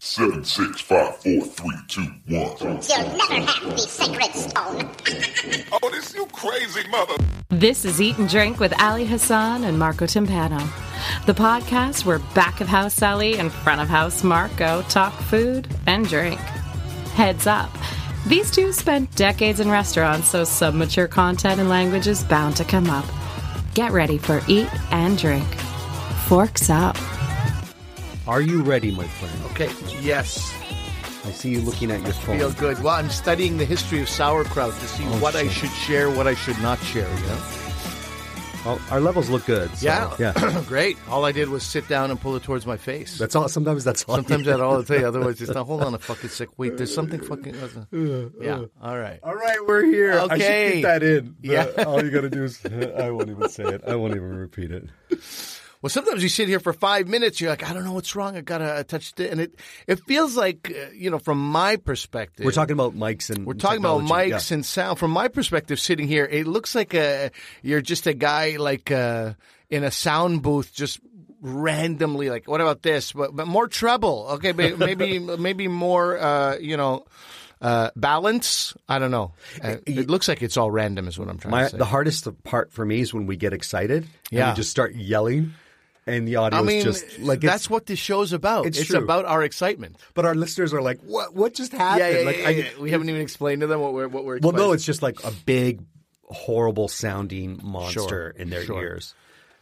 Seven, six, five, four, three, two, one. You'll never have the sacred stone. Oh, this you crazy mother. This is Eat and Drink with Ali Hassan and Marco Timpano, the podcast where back of house Ali and front of house Marco talk food and drink. Heads up, these two spent decades in restaurants, so some mature content and language is bound to come up. Get ready for Eat and Drink. Forks up. Are you ready, my friend? Okay, yes. I see you looking at your Feel phone. good. Well, I'm studying the history of sauerkraut to see Oh, what I should share, what I should not share, you know? Well, Oh, our levels look good. so- Yeah. yeah. Great. All I did was sit down and pull it towards my face. That's all. Sometimes that's all. Sometimes that's all I'll tell you. Otherwise, it's not, hold on a fucking sec. Wait, there's something fucking. Uh, Yeah, all right. All right, we're here. I should Okay. keep that in. The- Yeah. all you gotta do is. I won't even say it. I won't even repeat it. Well, sometimes you sit here for five minutes. You're like, I don't know what's wrong. I got to touch it. And it, it feels like, uh, you know, from my perspective. We're talking about mics and. We're talking about technology. mics Yeah. and sound. From my perspective, sitting here, it looks like a you're just a guy like uh in a sound booth, just randomly like, what about this? But, but more treble, okay? But maybe maybe more, uh, you know, uh, balance. I don't know. Uh, it looks like it's all random, is what I'm trying My, to say. the hardest part for me is when we get excited. And Yeah. we just start yelling, and the audio I mean, is just like it's- that's what this show's about. it's It's, true. about our excitement. But our listeners are like, "What? What just happened?" Yeah, yeah, yeah, like, yeah, yeah. We haven't even explained to them what we're what we're. Well, no, expressing. it's just like a big, horrible sounding monster Sure, in their sure. ears.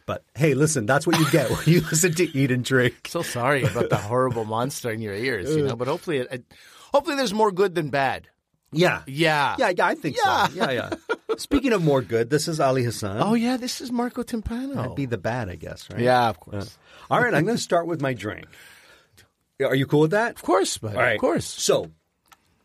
But hey, listen, that's what you get when you listen to Eat and Drink. So sorry about the horrible monster in your ears, you know. But hopefully, it, it, hopefully, there's more good than bad. Yeah. Yeah. Yeah, yeah, I think so. Yeah, yeah. Speaking of more good, this is Ali Hassan. Oh yeah, this is Marco Timpano. That'd be the bad, I guess, right? yeah, of course, All right, I'm going to start with my drink. Are you cool with that? of course, but All right. of course. So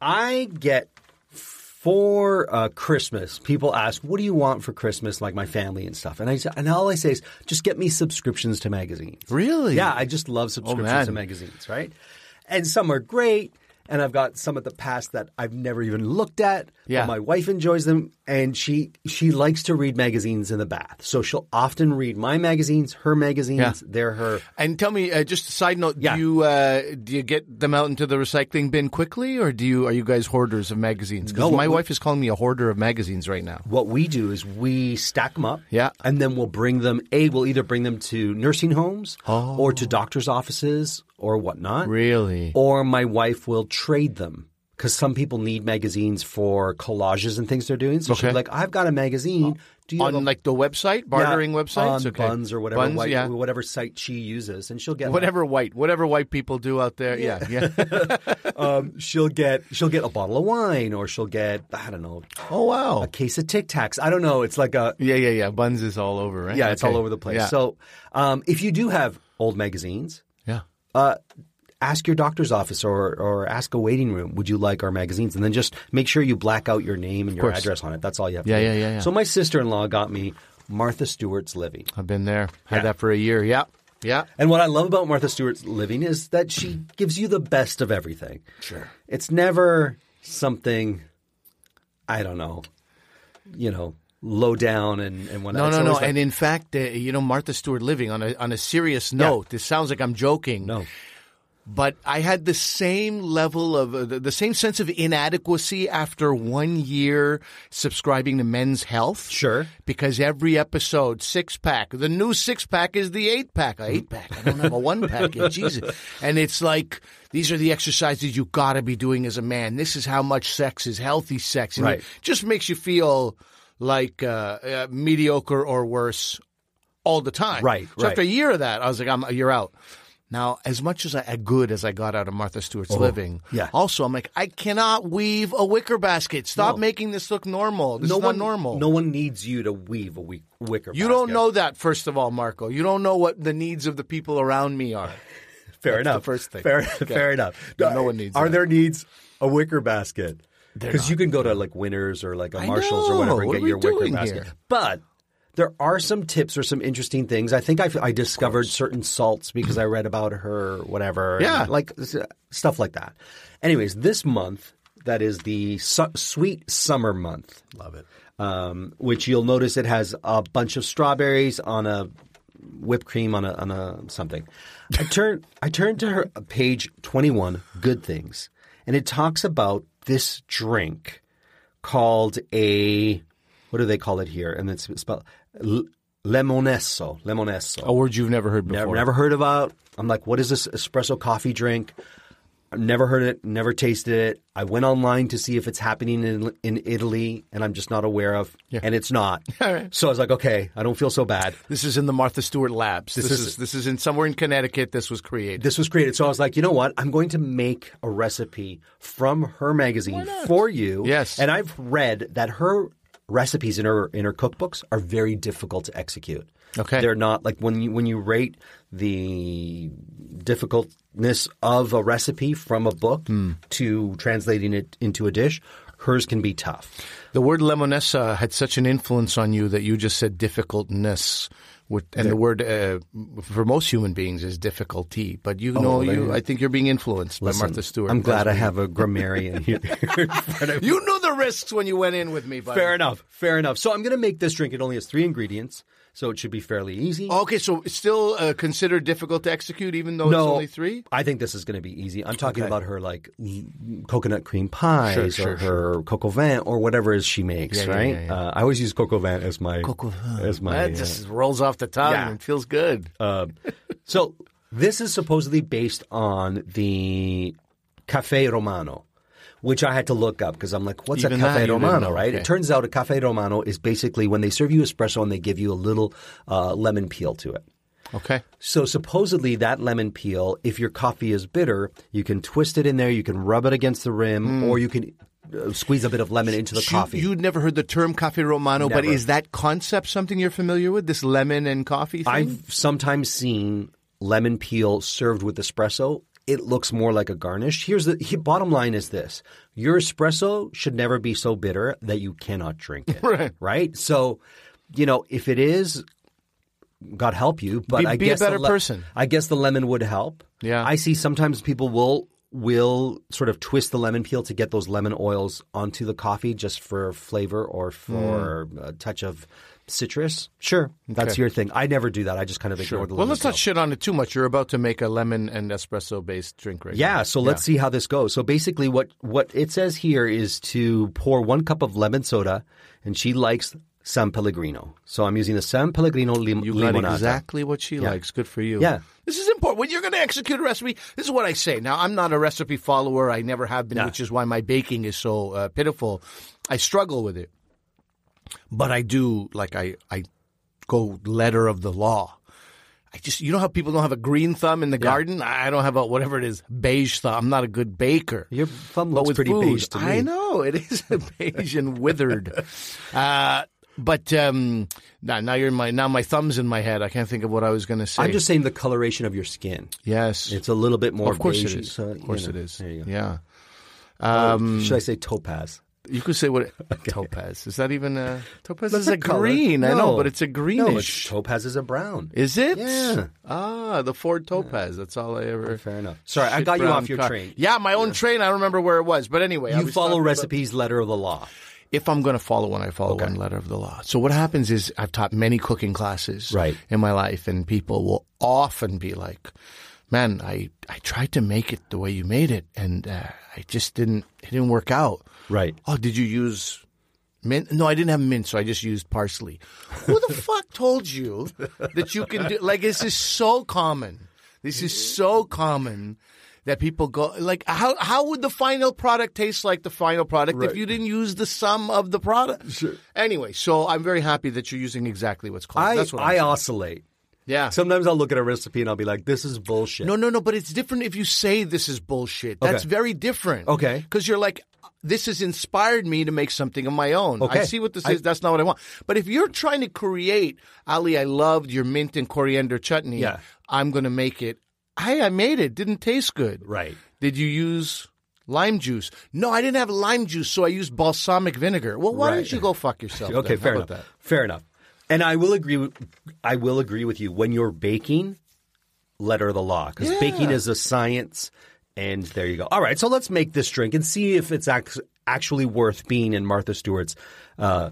I get for uh, Christmas, people ask, "What do you want for Christmas?" Like my family and stuff, and I say- and all I say is, "Just get me subscriptions to magazines." Really? Yeah, I just love subscriptions Oh, man. to magazines, right? And some are great, and I've got some at the past that I've never even looked at. Yeah. But my wife enjoys them, and she she likes to read magazines in the bath, so she'll often read my magazines, her magazines. Yeah. They're her. And tell me, uh, just a side note: Yeah. Do you uh, do you get them out into the recycling bin quickly, or do you are you guys hoarders of magazines? Because No, my we- wife is calling me a hoarder of magazines right now. what we do is we stack them up. Yeah. And then we'll bring them, A, we'll either bring them to nursing homes or to doctor's offices or whatnot. Oh. Really? Or my wife will trade them because some people need magazines for collages and things they're doing. So she'll be Okay. like, I've got a magazine. Do you On have a like the website, bartering yeah, websites, on okay. Buns or whatever, Buns, white- yeah. whatever site she uses, and she'll get whatever white, whatever white people do out there, yeah, yeah. um, she'll get she'll get a bottle of wine, or she'll get I don't know oh wow, a case of Tic Tacs. I don't know. It's like a yeah, yeah, yeah. Buns is all over, right? yeah, it's all Okay. over the place. Yeah. So um, if you do have old magazines, yeah. uh, ask your doctor's office or, or ask a waiting room, would you like our magazines? And then just make sure you black out your name and your course. address on it. That's all you have Yeah, to do. yeah, yeah, yeah. So my sister in law got me Martha Stewart's Living. I've been there. Had that for a year. Yeah. Yeah. And what I love about Martha Stewart's Living is that she gives you the best of everything. Sure. It's never something, I don't know, you know, low down and, and whatnot. No, It's no, no. always like- and in fact, uh, you know, Martha Stewart living on a on a serious note. This sounds like I'm joking. no. but I had the same level of uh, the, the same sense of inadequacy after one year subscribing to Men's Health. Sure. because every episode six pack. The new six pack is the eight pack. I eight pack. I don't have a one pack yet. Jesus, and it's like these are the exercises you got to be doing as a man. This is how much sex is healthy sex. And Right. It just makes you feel like uh, uh, mediocre or worse all the time. Right, So right. after a year of that, I was like, I'm, you're out. Now, as much as I, as good as I got out of Martha Stewart's living, Oh, yeah. also I'm like, I cannot weave a wicker basket. Stop making this look normal. This no is not one, normal. No one needs you to weave a wi- wicker. you don't basket. know that, first of all, Marco. You don't know what the needs of the people around me are. Fair That's the enough. first thing. Fair, Okay. fair enough. No, no one needs Are that. there needs a wicker basket? Because you can go to like Winners or like a Marshalls or know. whatever and What get are we your wicker doing basket. here? But there are some tips or some interesting things. I think I've, I discovered certain salts because I read about her, whatever. and, Yeah. like s- stuff like that. Anyways, this month that is the su- sweet summer month. Love it. Um, which you'll notice it has a bunch of strawberries on a whipped cream on a on a something. I turn I turned to her uh, page twenty one good things. And it talks about this drink called a what do they call it here? And it's spelled l- lemonesso. Lemonesso. A word you've never heard before. Never, never heard about. I'm like, what is this espresso coffee drink? I've never heard it, never tasted it. I went online to see if it's happening in, in Italy, and I'm just not aware of, and it's not. So I was like, okay, I don't feel so bad. This is in the Martha Stewart Labs. This, is- is, this is in somewhere in Connecticut. This was created. This was created. So I was like, you know what? I'm going to make a recipe from her magazine for you. Yes. And I've read that her recipes in her in her cookbooks are very difficult to execute. Okay. They're not like when you when you rate the difficultness of a recipe from a book Hmm. to translating it into a dish, hers can be tough. the word lemonessa had such an influence on you that you just said difficultness. With, and the word uh, for most human beings is difficulty, but Oh, you know, you I think you're being influenced by Martha Stewart. I'm glad I That's- have a grammarian here. You knew the risks when you went in with me, buddy. fair enough. Fair enough. So I'm going to make this drink. It only has three ingredients, so it should be fairly easy. Okay, so it's still uh, considered difficult to execute, even though it's only three. I think this is going to be easy. I'm talking about her like l- coconut cream pies Sure, or sure, her coco vin or whatever it is she makes, yeah, right? yeah, yeah. Uh, I always use coco vin as my as my That uh, just rolls off the tongue Yeah. Uh, and feels good. So this is supposedly based on the Cafe Romano, which I had to look up because I'm like, what's Even a that you Cafe didn't Romano, know, right? okay. It turns out a Cafe Romano is basically when they serve you espresso and they give you a little uh, lemon peel to it. okay. So supposedly that lemon peel, if your coffee is bitter, you can twist it in there, you can rub it against the rim, or you can uh, squeeze a bit of lemon into the So Hmm. you- coffee. You'd never heard the term coffee romano, but Never. is that concept something you're familiar with? This lemon and coffee thing? I've sometimes seen lemon peel served with espresso. It looks more like a garnish. Here's the he, bottom line is this. Your espresso should never be so bitter that you cannot drink it. Right. Right? So, you know, if it is God help you, but Be- I be a guess the better person. I guess the lemon would help. Yeah. I see sometimes people will will sort of twist the lemon peel to get those lemon oils onto the coffee just for flavor or for Hmm. a touch of citrus. Sure, that's your thing. I never do that. I just kind of ignore the well, lemon let's peel. not shit on it too much. You're about to make a lemon and espresso based drink right now. Yeah, so let's see how this goes. So basically, what what it says here is to pour one cup of lemon soda, and she likes San Pellegrino. So I'm using the San Pellegrino lim- You got limonata. exactly what she likes. Good for you. Yeah. This is important. When you're going to execute a recipe, this is what I say. Now, I'm not a recipe follower. I never have been, which is why my baking is so uh, pitiful. I struggle with it. But I do, like, I, I go letter of the law. I just, you know how people don't have a green thumb in the garden? I don't have a, whatever it is, beige thumb. I'm not a good baker. Your thumb looks But with pretty food, beige to me. I know it is beige and withered. Uh, but um, now, now you're in my now my thumbs in my head. I can't think of what I was going to say. I'm just saying the coloration of your skin. yes, It's a little bit more. of course beige, it is. so, of you course know, it is. Um, There you go. Yeah, Should I say topaz? you could say what topaz is that even a topaz That's is a, color. green. I know, No. but it's a No, it's- greenish. topaz is a brown. is it? Yeah. Ah, the Ford Topaz. That's all I ever. Fair enough. Sorry, I Shit got you brown off your car. train. Yeah, my own train. I don't remember where it was, but anyway, I You was follow talking about- recipes, letter of the law. if I'm going to follow one, I follow one letter of the law. So what happens is I've taught many cooking classes Right. in my life, and people will often be like, "Man, I I tried to make it the way you made it, and uh, I just didn't it didn't work out." Right. Oh, did you use mint? No, I didn't have mint, so I just used parsley. Who the fuck told you that you can do? Like, this is so common. This is so common that people go like, how how would the final product taste like the final product if you didn't use the sum of the product? Sure. Anyway, so I'm very happy that you're using exactly what's called. I That's what I'm I saying. oscillate. yeah. Sometimes I'll look at a recipe and I'll be like, "This is bullshit." No, no, no. But it's different if you say this is bullshit. That's Okay. very different. Okay. Because you're like, this has inspired me to make something of my own. I Okay. see what this I- is. That's not what I want. But if you're trying to create, Ali, I loved your mint and coriander chutney. Yeah. I'm going to make it. Hey, I made it. Didn't taste good. Right. Did you use lime juice? No, I didn't have lime juice, so I used balsamic vinegar. Well, why Right. don't you go fuck yourself? Okay, then? How fair enough. about that? Fair enough. And I will agree. With, I will agree with you when you're baking. Letter of the law, because Yeah. baking is a science. And there you go. All right, so let's make this drink and see if it's ac- actually worth being in Martha Stewart's. Uh,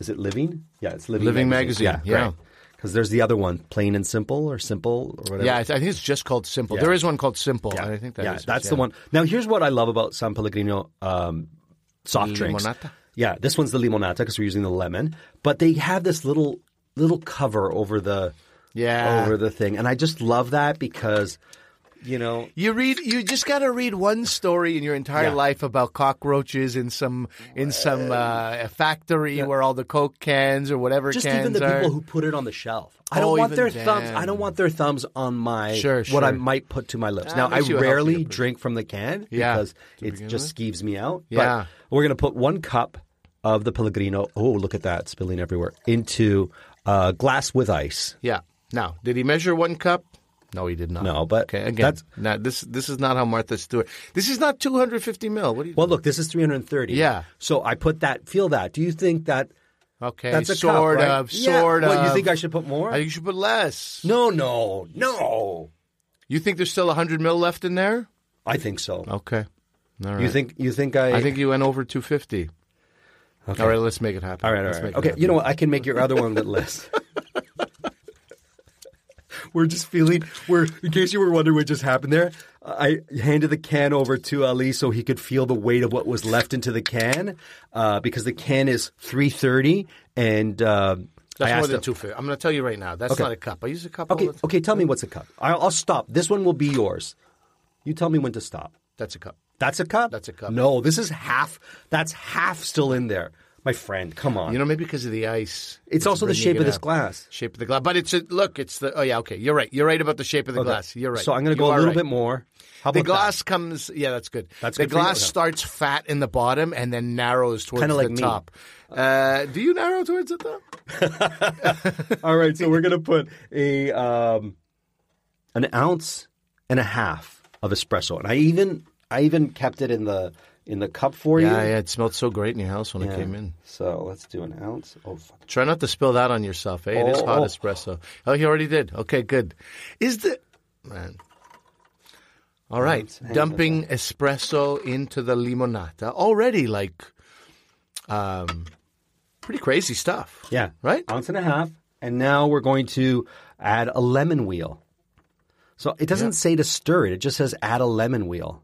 is it Living? Yeah, it's Living. Living magazine, Yeah, yeah. great. Because there's the other one, plain and simple or simple or whatever. Yeah, I, th- I think it's just called Simple. Yeah. There is one called Simple. and I think that yeah, is- that's yeah. the one. Now, here's what I love about San Pellegrino um, soft drinks. Limonata? Yeah, this one's the limonata because we're using the lemon, but they have this little little cover over the Yeah. over the thing, and I just love that because you know You read. You just got to read one story in your entire Yeah. life about cockroaches in some in some uh, factory where all the coke cans or whatever just cans even the are. people who put it on the shelf. I don't Oh, want even their thumbs. them. I don't want their thumbs on my Sure, what sure. I might put to my lips. Ah, now I makes you a healthy rarely person. drink from the can Yeah. because To it begin just skeeves me out. Yeah. But we're gonna put one cup of the Pellegrino. Oh, look at that spilling everywhere into a glass with ice. yeah. Now, did he measure one cup? No, he did not. No, but okay. Again, that's- now, this this is not how Martha Stewart. This is not 250 mil. What do you? Well, look, this is 330. Yeah. So I put that. Feel that. Do you think that okay, that's a cup, sort right? of, Yeah. sort of. What, you think I should put more? I think you should put less. No, no, no. You think there's still 100 mil left in there? I think so. Okay. All right. You think you think I? I think you went over 250. Okay. All right, let's make it happen. All right, all Let's right. make it Okay, happen. you know what? I can make your other one a bit less. we're just feeling. We're in case you were wondering what just happened there. I handed the can over to Ali so he could feel the weight of what was left into the can, uh, because the can is three thirty, and um That's I asked more than him- 250. I'm going to tell you right now. That's not a cup. I use a cup. Okay, all the time. okay. Tell me what's a cup. I'll, I'll stop. This one will be yours. You tell me when to stop. That's a cup. That's a cup. That's a cup. No, this is half. That's half still in there, my friend. Come on. You know, maybe because of the ice. It's also the bringing shape it of this up. glass. Shape of the glass. But it's a look. It's the. Oh yeah. Okay. You're right. You're right about the shape of the Okay. glass. You're right. So I'm going You to go a are little right. bit more. How The about glass comes, yeah, that's good. That's the good for you, glass okay. starts fat in the bottom and then narrows towards Kinda like the me. top. Uh, do you narrow towards the top? That? All right, so we're going to put a um, an ounce and a half of espresso, and I even I even kept it in the in the cup for you. Yeah, yeah. It smelled so great in your house when it came in. So let's do an ounce. Oh, fuck. Try not to spill that on yourself. Eh? It is Oh, hot oh. espresso. Oh, he already did. Okay, good. Is the man? All right, dumping espresso into the limonata already like, um, pretty crazy stuff. yeah, Right? ounce and a half, and now we're going to add a lemon wheel. So it doesn't say to stir it; it just says add a lemon wheel.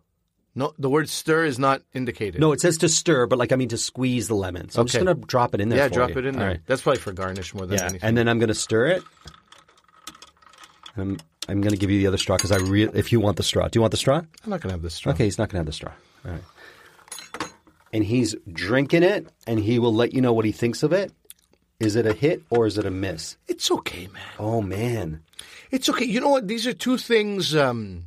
No, the word stir is not indicated. No, it says to stir, but like I mean to squeeze the lemon. So I'm just Okay. going to drop it in there. yeah, for drop you. it in All there. right. That's probably for garnish more than Yeah, anything. and then I'm going to stir it. I'm I'm going to give you the other straw because I re- if you want the straw, do you want the straw? I'm not gonna have this. Straw. Okay, he's not going to have the straw. All right. And he's drinking it, and he will let you know what he thinks of it. Is it a hit or is it a miss? it's okay, man. Oh man, It's okay. You know what? These are two things. Um,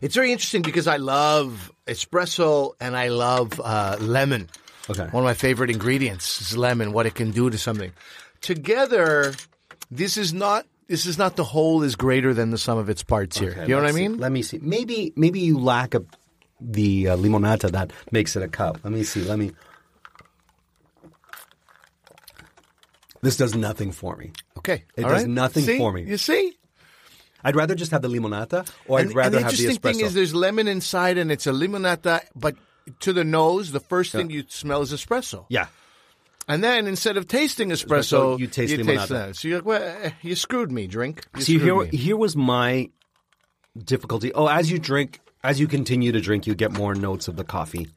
it's very interesting because I love espresso and I love uh, lemon. Okay. One of my favorite ingredients is lemon. What it can do to something. Together, this is not. This is not the whole is greater than the sum of its parts here. you know what I Let's see. mean? Let me see. Maybe maybe you lack a, the uh, limonata that makes it a cup. Let me see. Let me. This does nothing for me. Okay. It all does right. nothing See? for me. You see? I'd rather just have the limonata, or I'd and, rather and the have the interesting espresso. thing is there's lemon inside and it's a limonata, but to the nose, the first thing you smell is espresso. yeah, And then instead of tasting espresso, Espresso, oh, you taste limonada. that. So you're like, well, eh, you screwed me, drink. You See, here, screwed me. here was my difficulty. Oh, as you drink, as you continue to drink, you get more notes of the coffee.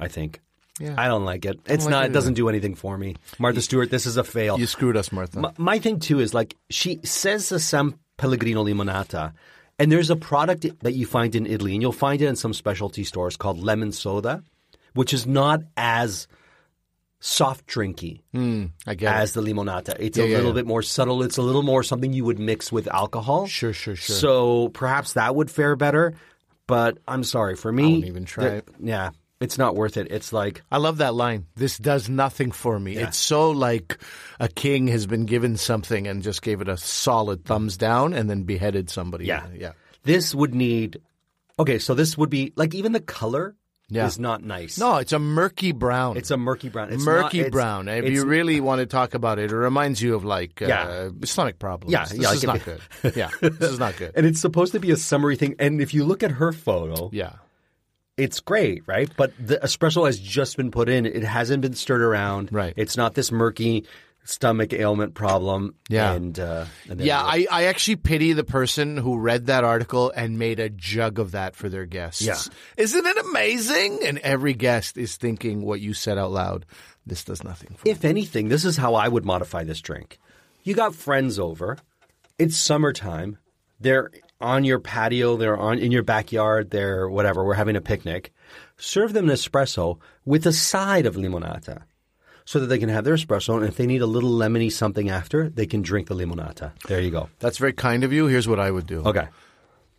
I think. Yeah. I don't like it. It's like not. it It, either. doesn't do anything for me. Martha Stewart, this is a fail. You screwed us, Martha. my, my thing too is like she says the San Pellegrino limonata, and there's a product that you find in Italy, and you'll find it in some specialty stores called lemon soda, which is not as soft drinky I get as the limonata. It's a yeah, little yeah. bit more subtle. It's a little more something you would mix with alcohol. Sure, sure, sure. So perhaps that would fare better. But I'm sorry for me. I wouldn't even try it. Yeah, it's not worth it. It's like I love that line. This does nothing for me. It's so like a king has been given something and just gave it a solid thumbs down and then beheaded somebody. Yeah. yeah. this would need. Okay, so this would be like even the color Yeah. is not nice. No, it's a murky brown. it's a murky brown. It's not- murky it's- brown. If it's- you really want to talk about it, it reminds you of like uh, Yeah. Islamic problems. Yeah, this yeah, is it not could good. Yeah, this is not good. and it's supposed to be a summery thing. And if you look at her photo, yeah. it's great, right? But the espresso has just been put in. It hasn't been stirred around. Right. It's not this murky stomach ailment problem. Yeah. and, uh, and then- Yeah, I, I actually pity the person who read that article and made a jug of that for their guests. Yeah. Isn't it amazing? And every guest is thinking what you said out loud. This does nothing for If anything, this is how I would modify this drink. You got friends over. It's summertime. They're on your patio. They're on in your backyard. They're whatever. We're having a picnic. Serve them an espresso with a side of limonata, so that they can have their espresso. And if they need a little lemony something after, they can drink the limonata. There you go. That's very kind of you. Here's what I would do. Okay.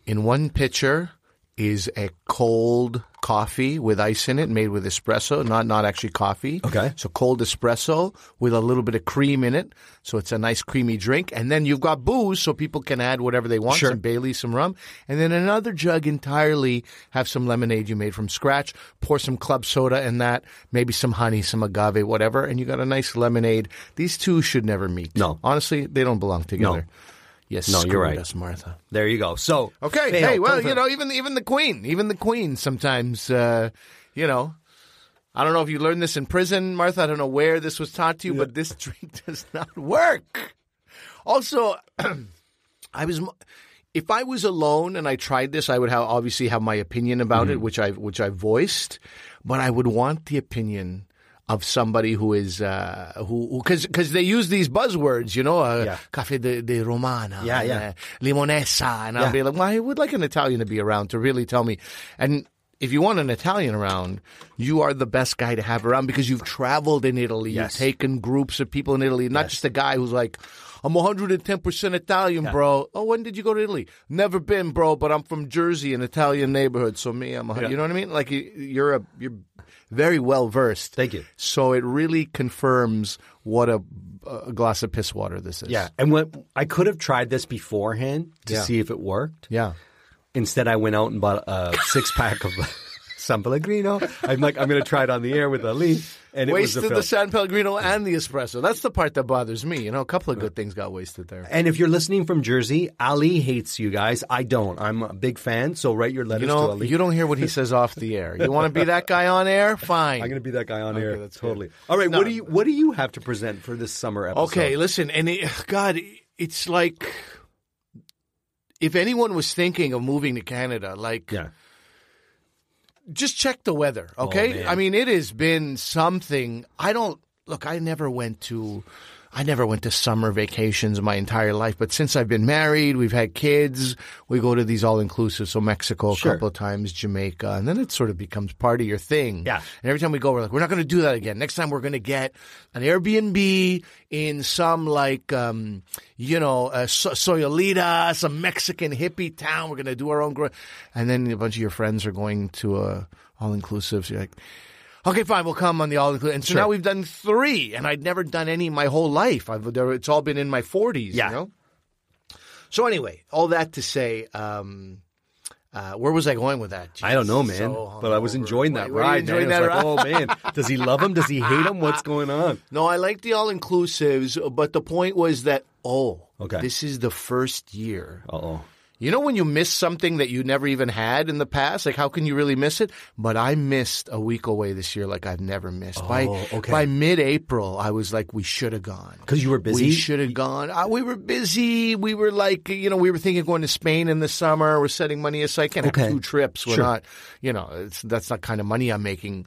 In one pitcher is a cold coffee with ice in it, made with espresso, not not actually coffee. Okay. So cold espresso with a little bit of cream in it, so it's a nice creamy drink. And then you've got booze, so people can add whatever they want, Sure. some Bailey, some rum, and then another jug entirely have some lemonade you made from scratch. Pour some club soda in that, maybe some honey, some agave, whatever, and you got a nice lemonade. These two should never meet. No. honestly, they don't belong together. Yes, No, you're screwed right. us, Martha. There you go. So Okay. fail, hey, well, don't you know, even even the queen, even the queen sometimes, uh, you know, I don't know if you learned this in prison, Martha. I don't know where this was taught to you, but this drink does not work. Also, I was. mo- If I was alone and I tried this, I would have obviously have my opinion about Mm-hmm. it, which I which I voiced, but I would want the opinion of somebody who is uh, who because because they use these buzzwords, you know, uh, Yeah. cafe de, de romana, Yeah, and, yeah. uh, limonessa, and I'll Yeah. be like, well, I would like an Italian to be around to really tell me. And if you want an Italian around, you are the best guy to have around because you've traveled in Italy, Yes. you've taken groups of people in Italy, not just a guy who's like, I'm 110% Italian, bro. Oh, when did you go to Italy? Never been, bro, but I'm from Jersey, an Italian neighborhood. So me, I'm, a, you know what I mean? Like you- you're a, you're very well versed. Thank you. So it really confirms what a, a glass of piss water this is. Yeah, and what I could have tried this beforehand to Yeah. see if it worked. Yeah. Instead, I went out and bought a six pack of San Pellegrino. I'm like, I'm going to try it on the air with Ali, and it wasted was a fail. the San Pellegrino and the espresso. That's the part that bothers me. You know, a couple of good things got wasted there. and if you're listening from Jersey, Ali hates you guys. I don't. I'm a big fan, so write your letters You to know, Ali. you don't hear what he says off the air. You want to be that guy on air? Fine. I'm going to be that guy on air. that's good. totally. All right. No. What do you What do you have to present for this summer episode? okay, listen, and it, God, it's like if anyone was thinking of moving to Canada, like Yeah. just check the weather, okay? Oh, man. I mean, it has been something. I don't look. I never went to. I never went to summer vacations my entire life, but since I've been married, we've had kids, we go to these all inclusive. So Mexico a Sure. couple of times, Jamaica, and then it sort of becomes part of your thing. Yeah. And every time we go, we're like, we're not going to do that again. Next time, we're going to get an Airbnb in some like, um, you know, uh, so- Soyolita, some Mexican hippie town. We're going to do our own. Gro-. And then a bunch of your friends are going to uh, all inclusive. So you're like, okay, fine, we'll come on the all inclusive. And so now we've done three, and I'd never done any my whole life. I've there, it's all been in my forties. Yeah. You know? So anyway, all that to say. Um, uh, where was I going with that? I don't know, man, So but I was hungover. enjoying that Were you ride. enjoying man. that I ride? was like, oh man, does he love him? Does he hate him? What's going on? No, I like the all inclusives, but the point was that oh, Okay. this is the first year. Uh oh. You know when you miss something that you never even had in the past, like how can you really miss it? But I missed a week away this year, like I've never missed. by Oh, okay. by mid-April, I was like, we should have gone 'Cause you were busy? We should have gone. Uh, we were busy. We were like, you know, we were thinking of going to Spain in the summer. We're setting money aside. Can't Okay. have two trips. We're Sure. not, you know, it's, that's not kind of money I'm making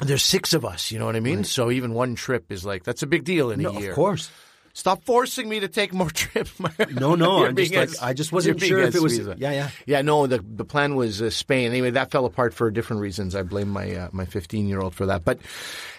there's six of us, you know what I mean? So even one trip is like that's a big deal in No, a year. of course. Stop forcing me to take more trips. Mark. No, no, You're I'm being just like- as- I just wasn't you're being sure if as it was- squeezy. yeah, yeah. yeah. No, the the plan was uh, Spain. Anyway, that fell apart for different reasons. I blame my uh, my 15 year old for that. But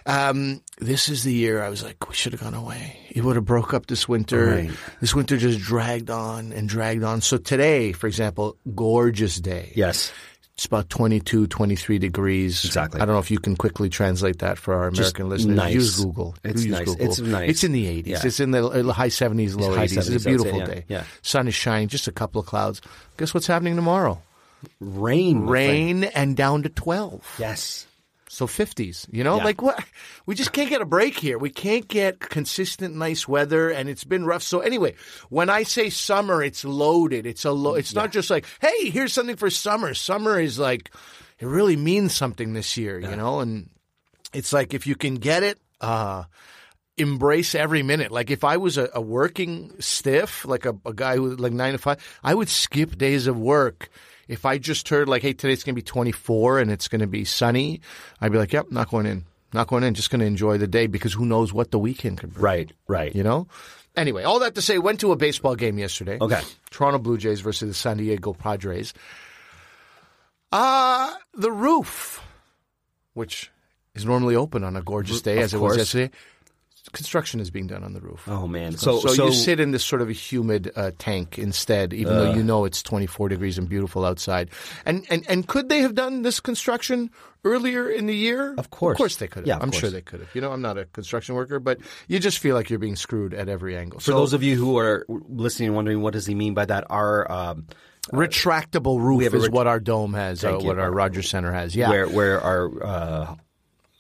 um, this is the year I was like, we should have gone away. It would have broke up this winter. Right. This winter just dragged on and dragged on. So today, for example, gorgeous day. Yes. It's about 22, 23 degrees. Exactly. I don't know if you can quickly translate that for our American listeners. nice. Use Google. It's Use nice. Google. It's nice. It's in the 80s. Yeah. It's in the uh, high 70s, low high 80s. It's 70s, a beautiful I'd say, yeah. day. Yeah. Sun is shining, just a couple of clouds. Guess what's happening tomorrow? Rain. my friend. Rain and down to 12. Yes. So 50s, you know? Yeah. Like what we just can't get a break here. We can't get consistent nice weather and it's been rough. So anyway, when I say summer, it's loaded. It's a lo- it's not just like, "Hey, here's something for summer." Summer is like it really means something this year, you know? And it's like if you can get it, uh embrace every minute. Like if I was a, a working stiff, like a, a guy who like nine to five, I would skip days of work. If I just heard like, hey, today's gonna be 24 and it's gonna be sunny, I'd be like, yep, not going in, not going in. Just gonna enjoy the day because who knows what the weekend could bring. Right, right. You know. Anyway, all that to say, went to a baseball game yesterday. Okay. Toronto Blue Jays versus the San Diego Padres. Uh the roof, which is normally open on a gorgeous day, Of as it course. was yesterday. Construction is being done on the roof. Oh man. So so, you sit in this sort of a humid uh, tank instead, even though Uh. you know it's 24 degrees and beautiful outside. And, and and could they have done this construction earlier in the year? Of course. of course they could have. Yeah, of I'm course. sure they could have. You know, I'm not a construction worker, but you just feel like you're being screwed at every angle. for those of you who are listening and wondering what does he mean by that, our um, retractable roof have a is ret- what our dome has, uh, Thank you. what our Rogers Center has. Yeah, where where our uh,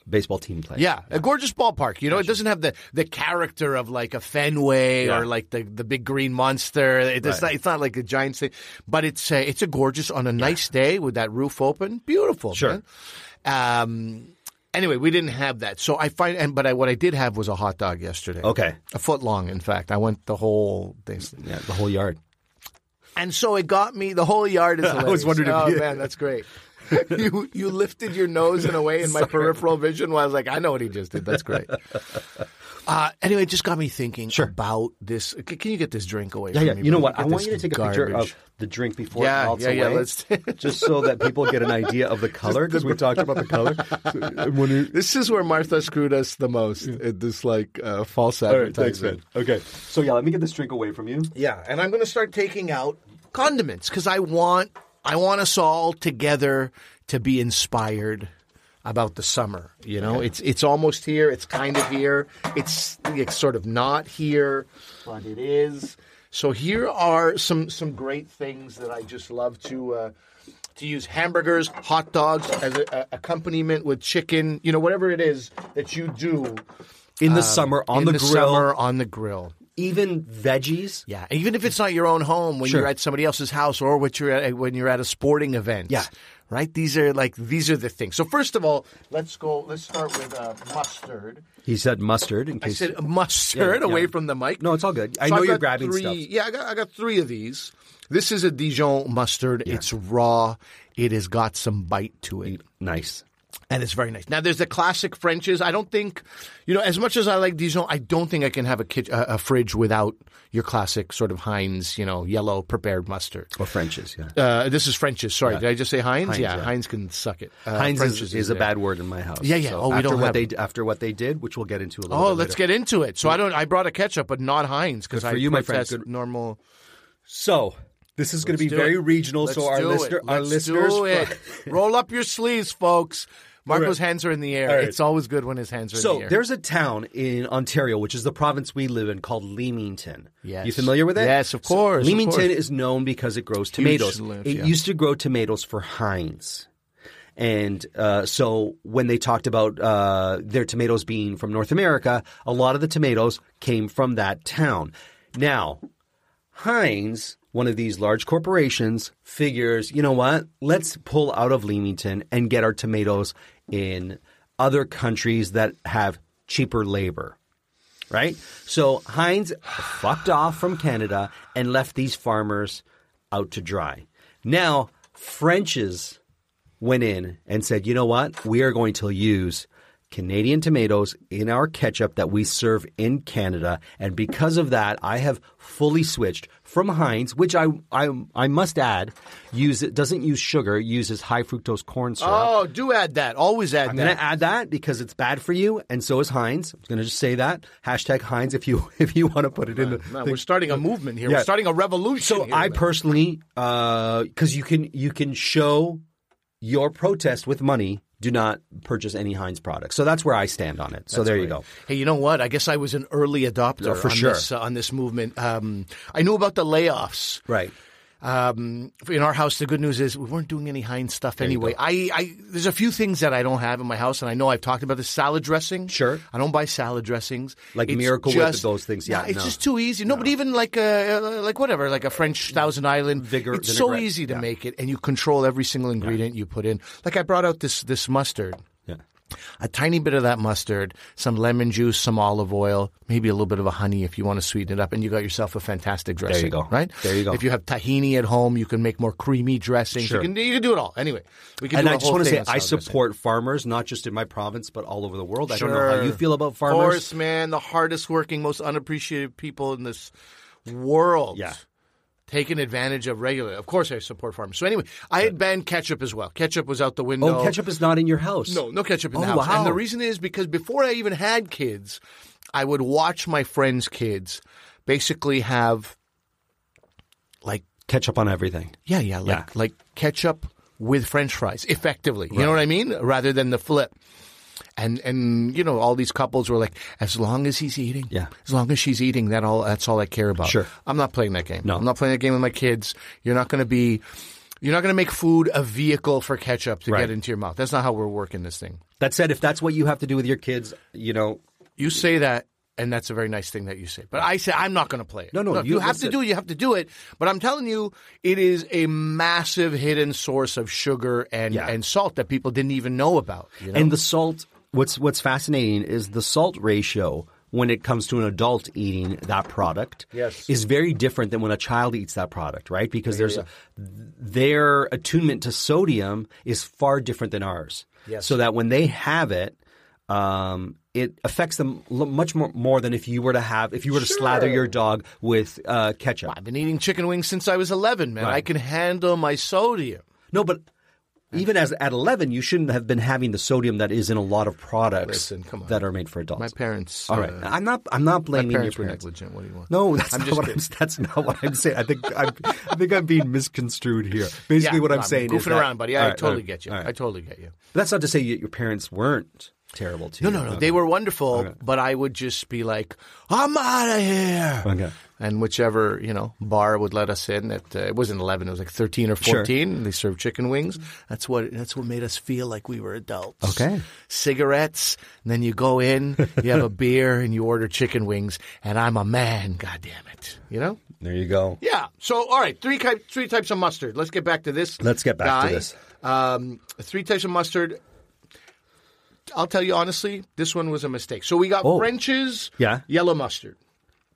baseball team plays. Yeah, a gorgeous ballpark. You know, it doesn't have the, the character of like a Fenway or like the, the big green monster. It- It's, not, it's not like a giant thing, but it's a, it's a gorgeous on a nice day with that roof open. Beautiful. Sure. man. Um. Anyway, we didn't have that, so I find. And but I, what I did have was a hot dog yesterday. Okay. a foot long. In fact, I went the whole thing. Yeah, the whole yard. And so it got me. The whole yard is. Hilarious. was wondering if Oh you- man, that's great. you you lifted your nose in a way in my peripheral vision. While I was like, I know what he just did. That's great. Uh, anyway, it just got me thinking about this. C- Can you get this drink away? Yeah, from yeah. me, You know buddy? what? I Get want this you to take a picture garbage. of the drink before Yeah, it melts yeah, yeah, away, let's- just so that people get an idea of the color because we talked about the color. So, I'm wondering- This is where Martha screwed us the most. It, this like uh, false All advertising. right, thanks, man. Okay, so yeah, let me get this drink away from you. Yeah, and I'm going to start taking out condiments because I want I want us all together to be inspired about the summer. You know, it's it's almost here. It's kind of here. It's it's sort of not here, but it is. So here are some some great things that I just love to. Uh, to use hamburgers, hot dogs as a, a accompaniment with chicken, you know, whatever it is that you do Um, In the summer, on in the, grill, summer on the grill. even veggies. Yeah, and even if it's not your own home, when Sure. you're at somebody else's house or what you're at, when you're at a sporting event. Yeah. Right? These are like these are the things. So first of all, let's go let's start with uh, mustard. He said mustard. In I case said uh, mustard Yeah, yeah. away from the mic. no, it's all good. I So know I've you're got grabbing three, stuff. Yeah, I got, I got three of these. This is a Dijon mustard. It's raw. It has got some bite to it. Nice. And it's very nice. Now, there's the classic Frenches. I don't think, you know, as much as I like Dijon, I don't think I can have a, kitch- a, a fridge without your classic sort of Heinz, you know, yellow prepared mustard. Or French's. Yeah. Uh, this is French's. Sorry, did I just say Heinz? Heinz, yeah, yeah. Heinz can suck it. Uh, Heinz is, French's is, a there. bad word in my house. Yeah, yeah. So Oh, we after don't what have they it. after what they did, which we'll get into a little. Oh, bit let's later. get into it. So I don't. I brought a ketchup, but not Heinz because Good I for you, my friend. protest Good- normal. So this is going to be do very it. regional. Let's so our do listener, it. our Let's listeners, do it. roll up your sleeves, folks. Marco's hands are in the air. All right. It's always good when his hands are in So the air. there's a town in Ontario, which is the province we live in, called Leamington. Yes. You familiar with it? Yes, of So course, of Leamington course. is known because it grows tomatoes. lift, it yeah. used to grow tomatoes for Heinz. And uh, so when they talked about uh, their tomatoes being from North America, a lot of the tomatoes came from that town. Now, Heinz, one of these large corporations, figures, you know what? Let's pull out of Leamington and get our tomatoes in other countries that have cheaper labor. Right? So Heinz fucked off from Canada and left these farmers out to dry. Now, French's went in and said, you know what? We are going to use Canadian tomatoes in our ketchup that we serve in Canada. And because of that, I have fully switched from Heinz, which I I, I must add, use doesn't use sugar, it uses high fructose corn syrup. oh, do add that. Always add I'm that. going to add that because it's bad for you, and so is Heinz. I'm going to just say that hashtag Heinz if you if you want to put it in. The, No, we're starting a movement here. Yeah. We're starting a revolution. so here, I man. personally, because you can you can show your protest with money. Do not purchase any Heinz products. So that's where I stand on it. So there you go. Hey, you know what? I guess I was an early adopter Oh, for on sure. this uh, on this movement. Um, I knew about the layoffs. Right. Um, in our house, the good news is we weren't doing any Heinz stuff anyway. I, I there's a few things that I don't have in my house, and I know I've talked about the salad dressing. Sure. I don't buy salad dressings Like It's Miracle Whip and those things. Nah, Yeah, it's no. just too easy. No, but even like a like whatever, like a French Thousand Island. Vigor- it's so vinaigrette, easy to yeah. make it, and you control every single ingredient you put in. Like I brought out this this mustard. Yeah. a tiny bit of that mustard, some lemon juice, some olive oil, maybe a little bit of a honey if you want to sweeten it up, and you got yourself a fantastic dressing. go. Right? There you go. If you have tahini at home, you can make more creamy dressings. Sure. You, can, you can do it all. Anyway, we can And do I a just whole want to thing say on I salad dressing. support farmers, not just in my province, but all over the world. I don't know how you feel about farmers. Forest man, the hardest working, most unappreciated people in this world. Yeah. Taken advantage of regularly. Of course, I support farmers. So anyway, I had banned ketchup as well. Ketchup was out the Oh, window. ketchup is not in your house. No, no ketchup in Oh, the house. wow. And the reason is because before I even had kids, I would watch my friends' kids basically have like ketchup on everything. yeah, yeah, like Yeah. like ketchup with French fries, effectively. You know what I mean? Rather than the flip. And and you know all these couples were like, as long as he's eating, Yeah. as long as she's eating, that all that's all I care about. Sure. I'm not playing that game. No. I'm not playing that game with my kids. You're not going to be, you're not going to make food a vehicle for ketchup to Right. get into your mouth. That's not how we're working this thing. That said, if that's what you have to do with your kids, you know, You say that, and that's a very nice thing that you say. But I say I'm not going to play it. No, no, Look, you- you, have listen. to do it. You have to do it. But I'm telling you, it is a massive hidden source of sugar and, Yeah. and salt that people didn't even know about. You know? and the salt. What's what's fascinating is the salt ratio when it comes to an adult eating that product Yes. is very different than when a child eats that product, right? Because there's a, their attunement to sodium is far different than ours. Yes. So that when they have it, um, it affects them l- much more, more than if you were to have if you were to slather your dog with uh, ketchup. I've been eating chicken wings since I was 11, man. I can handle my sodium. No, but even as at 11, you shouldn't have been having the sodium that is in a lot of products Listen, come on. that are made for adults. My parents. All right, uh, I'm not. I'm not my blaming parents your were parents. negligent. What do you want? No, that's I'm not just what kidding. I'm, that's not what I'm saying. I think I'm, I think I'm being misconstrued here. Basically, Yeah, what I'm no, saying goofing is that- around, buddy. All I right, all totally right, get you. all right. I totally get you. But that's not to say that your parents weren't terrible to No, you. no, no. They were wonderful, but I would just be like, I'm out of here. Okay. And whichever, you know, bar would let us in at, uh, it wasn't 11, it was like 13 or 14. They served chicken wings. That's what, that's what made us feel like we were adults. Okay. Cigarettes. And then you go in, you have a beer and you order chicken wings and I'm a man. God damn it. You know? There you go. Yeah. So, all right, three type, three types of mustard. Let's get back to this. Let's get back to guy. this. Um, three types of mustard. I'll tell you honestly, this one was a mistake. So we got Oh. French's Yeah. yellow mustard.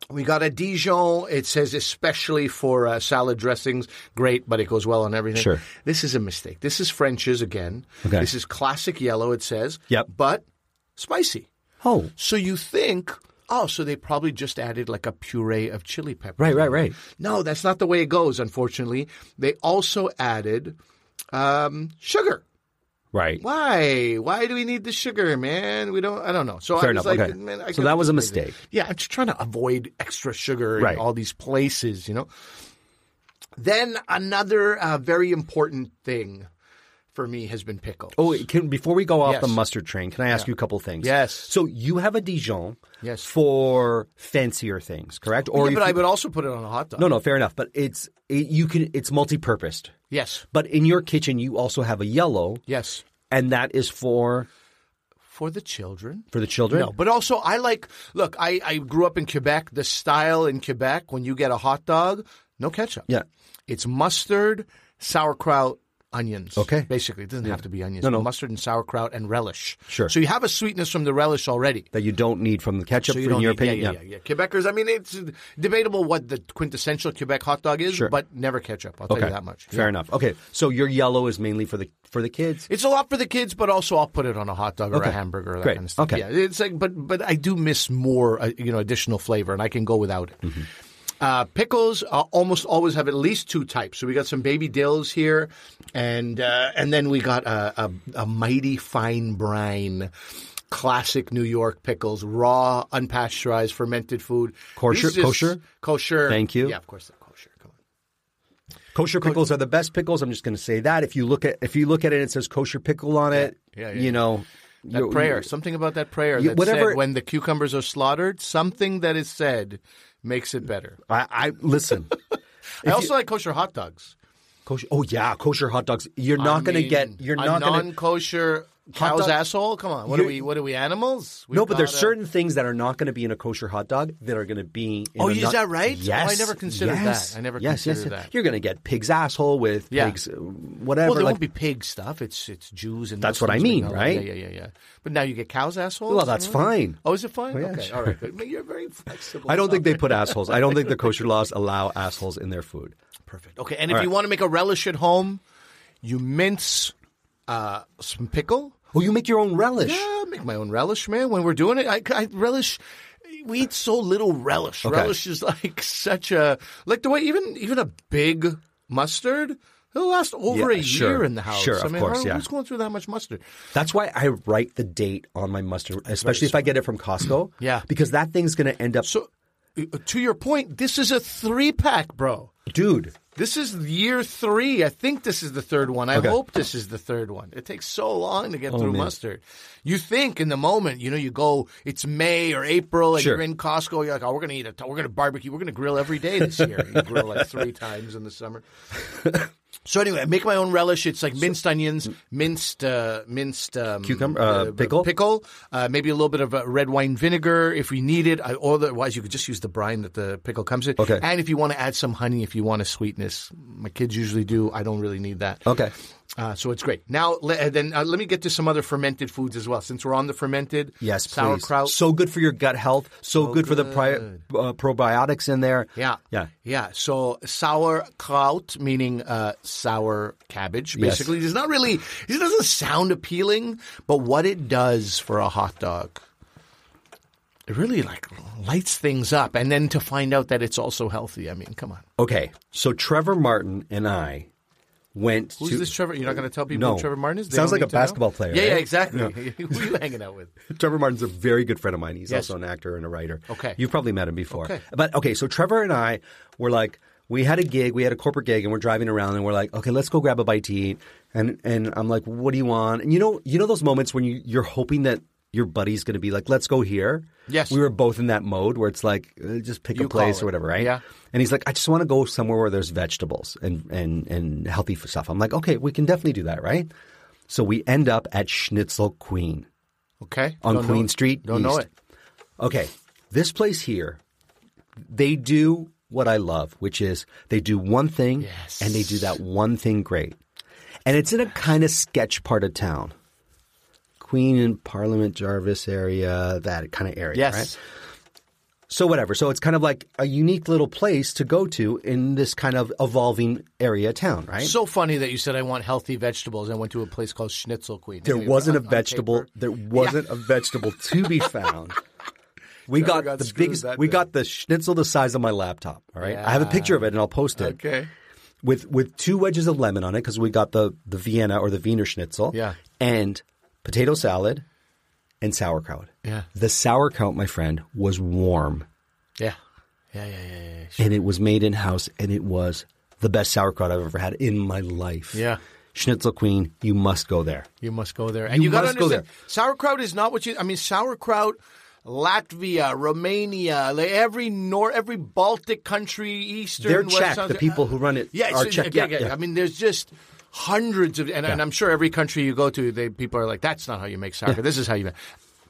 We got a Dijon. It says especially for uh, salad dressings. Great, but it goes well on everything. Sure. This is a mistake. This is French's again. Okay. This is classic yellow, it says. Yep. But spicy. Oh, So you think, oh, so they probably just added like a puree of chili peppers. Right, right, right. No, that's not the way it goes, unfortunately. They also added um, sugar. right. Why? Why do we need the sugar, man? We don't. I don't know. So Fair I enough. was like, okay. man, I so gotta that was a just leave it. mistake. Yeah, I'm just trying to avoid extra sugar Right. in all these places, you know. Then another uh, very important thing for me has been pickles. Oh, wait, can, before we go off Yes. the mustard train, can I ask you a couple things? Yes. So you have a Dijon Yes. for fancier things, correct? Yeah, if but I you- would also put it on a hot dog. no, no, fair enough. But it's it, you can it's multi-purposed. Yes. But in your kitchen, you also have a yellow, Yes. and that is for For the children. for the children. No, but also I like. Look, I, I grew up in Quebec. The style in Quebec when you get a hot dog, no ketchup. Yeah. it's mustard, sauerkraut, onions. Okay. basically, it doesn't have to be onions. No, no. mustard and sauerkraut and relish. Sure. So you have a sweetness from the relish already. that you don't need from the ketchup. So you in don't your need- opinion, yeah, yeah, yeah, yeah. Quebecers. I mean, it's debatable what the quintessential Quebec hot dog is, Sure. but never ketchup. I'll Okay, tell you that much. Fair enough. Okay, so your yellow is mainly for the for the kids. It's a lot for the kids, but also I'll put it on a hot dog or Okay. a hamburger or that Great. kind of stuff. Okay. Yeah, it's like, but but I do miss more, uh, you know, additional flavor, and I can go without it. Mm-hmm. Uh, pickles uh, almost always have at least two types. So we got some baby dills here, and uh, and then we got a, a, a mighty fine brine. Classic New York pickles, raw, unpasteurized, fermented food. Kosher- These just- kosher? kosher. Thank you. Yeah, of course, they're kosher. Come on. Kosher pickles are the best pickles. I'm just going to say that. If you look at if you look at it, and it says kosher pickle on it. Yeah, yeah, you yeah. know That you- prayer, something about that prayer You- that whatever- said when the cucumbers are slaughtered, something that is said makes it better. I, I listen. I also like kosher hot dogs. kosher. Oh yeah, kosher hot dogs. You're I not going to mean, get. You're a not going to. non-kosher Cow's dog- asshole? Come on. What are You- we? What are we animals? We no, but there's gotta- certain things that are not going to be in a kosher hot dog that are going to be. In Oh, a is nut- that right? Oh, I Yes. never considered yes. that. I never yes, yes, considered yes. that. You're going to get pig's asshole with Yeah. pigs, uh, whatever. Well, there like, won't be pig stuff. It's it's Jews and That's what I Muslims mean, being all- right? Yeah, yeah, yeah, yeah. But now you get cows assholes. Well, that's Really? fine. Oh, is it fine? Oh, yeah, okay, sure. all right. But you're very flexible. I don't think they put assholes. I don't think the kosher laws allow assholes in their food. Perfect. Okay, and if All you right. want to make a relish at home, you mince uh, some pickle. Oh, you make your own relish. Yeah, I make my own relish, man. When we're doing it, I, I relish. We eat so little relish. Relish is like such a like the way even even a big mustard. It'll last over Yeah, a sure. year in the house. Sure, I of mean, course, how- yeah. Who's going through that much mustard? That's why I write the date on my mustard, especially if I get it from Costco. Yeah. Because that thing's going to end up. So, uh, to your point, this is a three pack, bro. dude, This is year three. I think this is the third one. I Okay. hope this is the third one. It takes so long to get Oh, through man. mustard. You think in the moment, you know, you go, it's May or April, and Sure. you're in Costco. You're like, oh, we're gonna eat a, ton- we're gonna barbecue, we're gonna grill every day this year. you grill like three times in the summer. So anyway, I make my own relish. It's like minced onions, minced uh, minced um, Cucumber, uh, pickle? pickle, uh, maybe a little bit of uh, red wine vinegar if we need it. I, otherwise, you could just use the brine that the pickle comes in. Okay. And if you want to add some honey, if you want a sweetness, my kids usually do. I don't really need that. Okay. Uh, so it's great. Now, le- uh, then uh, let me get to some other fermented foods as well. Since we're on the fermented, Yes, please. sauerkraut. So good for your gut health. So, good, for the pri- uh, probiotics in there. Yeah. Yeah. Yeah. So sauerkraut, meaning uh, sour cabbage, Yes. basically. It's not really, it doesn't sound appealing, but what it does for a hot dog, it really like lights things up. And then to find out that it's also healthy. I mean, come on. Okay. So Trevor Martin and I went Who's to this Trevor? You're not going to tell people No. who Trevor Martin is? They Sounds don't like a need to know? basketball player, Yeah, yeah, right? exactly. who are you hanging out with? Trevor Martin's a very good friend of mine. He's Yes. also an actor and a writer. Okay. You've probably met him before. Okay. But okay, so Trevor and I were like, we had a gig, we had a corporate gig, and we're driving around and we're like, okay, let's go grab a bite to eat. And and I'm like, what do you want? And you know, you know those moments when you, you're hoping that your buddy's gonna be like, let's go here. Yes. We were both in that mode where it's like, uh, just pick You a place call it. or whatever, right? Yeah. And he's like, I just want to go somewhere where there's vegetables and, and, and healthy stuff. I'm like, okay, we can definitely do that, right? So we end up at Schnitzel Queen Okay. on Don't know Queen it. Street. Don't know East. it. Okay, this place here, they do what I love, which is they do one thing Yes. and they do that one thing great. And it's in a kind of sketch part of town. Queen and Parliament Jarvis area, that kind of area. Yes. Right? So whatever. So it's kind of like a unique little place to go to in this kind of evolving area of town, right? So funny that you said I want healthy vegetables. I went to a place called Schnitzel Queen. There Anyway, wasn't a on- on vegetable. paper. There wasn't a vegetable to be found. We Trevor got, got the screwed biggest. that We day. got the schnitzel the size of my laptop. All right, I have a picture of it and I'll post it. Okay. With with two wedges of lemon on it because we got the the Vienna or the Wiener Schnitzel. Yeah. And potato salad, and sauerkraut. Yeah. The sauerkraut, my friend, was warm Yeah. Yeah, yeah, yeah, yeah. and it was made in house and it was the best sauerkraut I've ever had in my life. Yeah. Schnitzel Queen, you must go there. You must go there. And you, You gotta must go understand, sauerkraut is not what you. I mean, sauerkraut, Latvia, Romania, like every nor every Baltic country, Eastern. They're West- Czech. The people who run it yeah, it's- are Czech. Yeah, Yeah, yeah. I mean, there's just hundreds of, and, and I'm sure every country you go to, they people are like, "That's not how you make sauerkraut. This is how you." make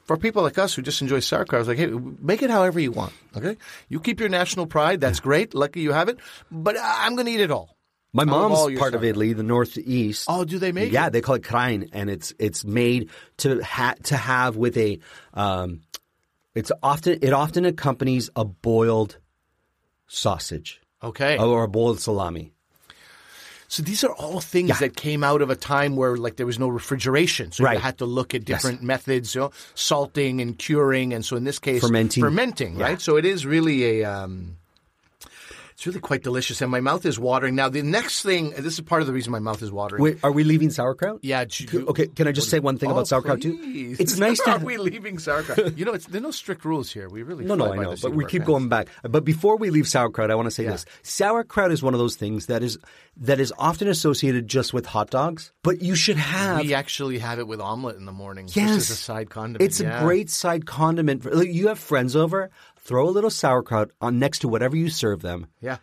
For people like us who just enjoy sauerkraut, I was like, "Hey, make it however you want. Okay, you keep your national pride. That's great. Lucky you have it. But I- I'm going to eat it all. My Out of mom's all your part of sauerkraut. Italy, the northeast. Oh, do they make Yeah, it? they call it krain, and it's it's made to ha- to have with a. Um, it's often it often accompanies a boiled sausage Okay. or a boiled salami. So these are all things Yeah. that came out of a time where like there was no refrigeration, so you Right. had to look at different methods, you know, salting and curing, and so in this case, Fermenting. fermenting, right? So it is really a. Um, it's really quite delicious, and my mouth is watering. Now, the next thing, this is part of the reason my mouth is watering. Wait, are we leaving sauerkraut? Yeah, j- C- you- Okay, can I just say one thing Oh, about sauerkraut please. too? It's nice to Are we leaving sauerkraut? you know, it's, there are no strict rules here. We really No, fly no, I by know, the seat but of we our keep pants. going back. But before we leave sauerkraut, I want to say Yeah. this: sauerkraut is one of those things that is that is often associated just with hot dogs, but you should have. We actually have it with omelet in the morning. just Yes, as a side condiment. It's Yeah. a great side condiment. For, like, you have friends over, throw a little sauerkraut on next to whatever you serve them, Yeah.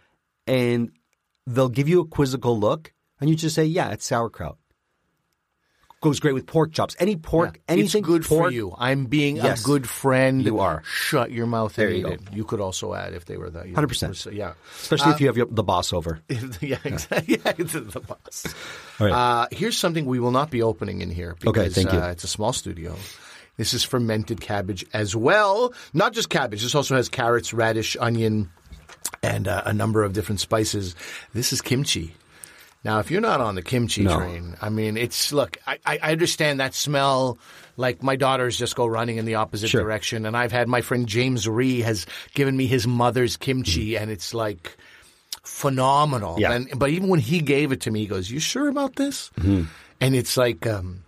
and they'll give you a quizzical look, and you just say, "Yeah, it's sauerkraut." goes great with pork chops. Any pork, anything it's good for pork- you. I'm being Yes. a good friend. You are. Shut your mouth and There eat you it. You could also add if they were that. 100%. So, Yeah. Uh, especially if you have your, the boss over. yeah, exactly. Yeah, it's the boss. All right. Uh, here's something we will not be opening in here because Okay, thank you. Uh, it's a small studio. This is fermented cabbage as well. Not just cabbage. This also has carrots, radish, onion, and uh, a number of different spices. This is kimchi. Now, if you're not on the kimchi No. train, I mean, it's look. I, I I understand that smell. Like my daughters just go running in the opposite Sure. direction, and I've had my friend James Ree has given me his mother's kimchi, Mm-hmm. and it's like phenomenal. Yeah. And but even when he gave it to me, he goes, "You sure about this?" Mm-hmm. And it's like, um,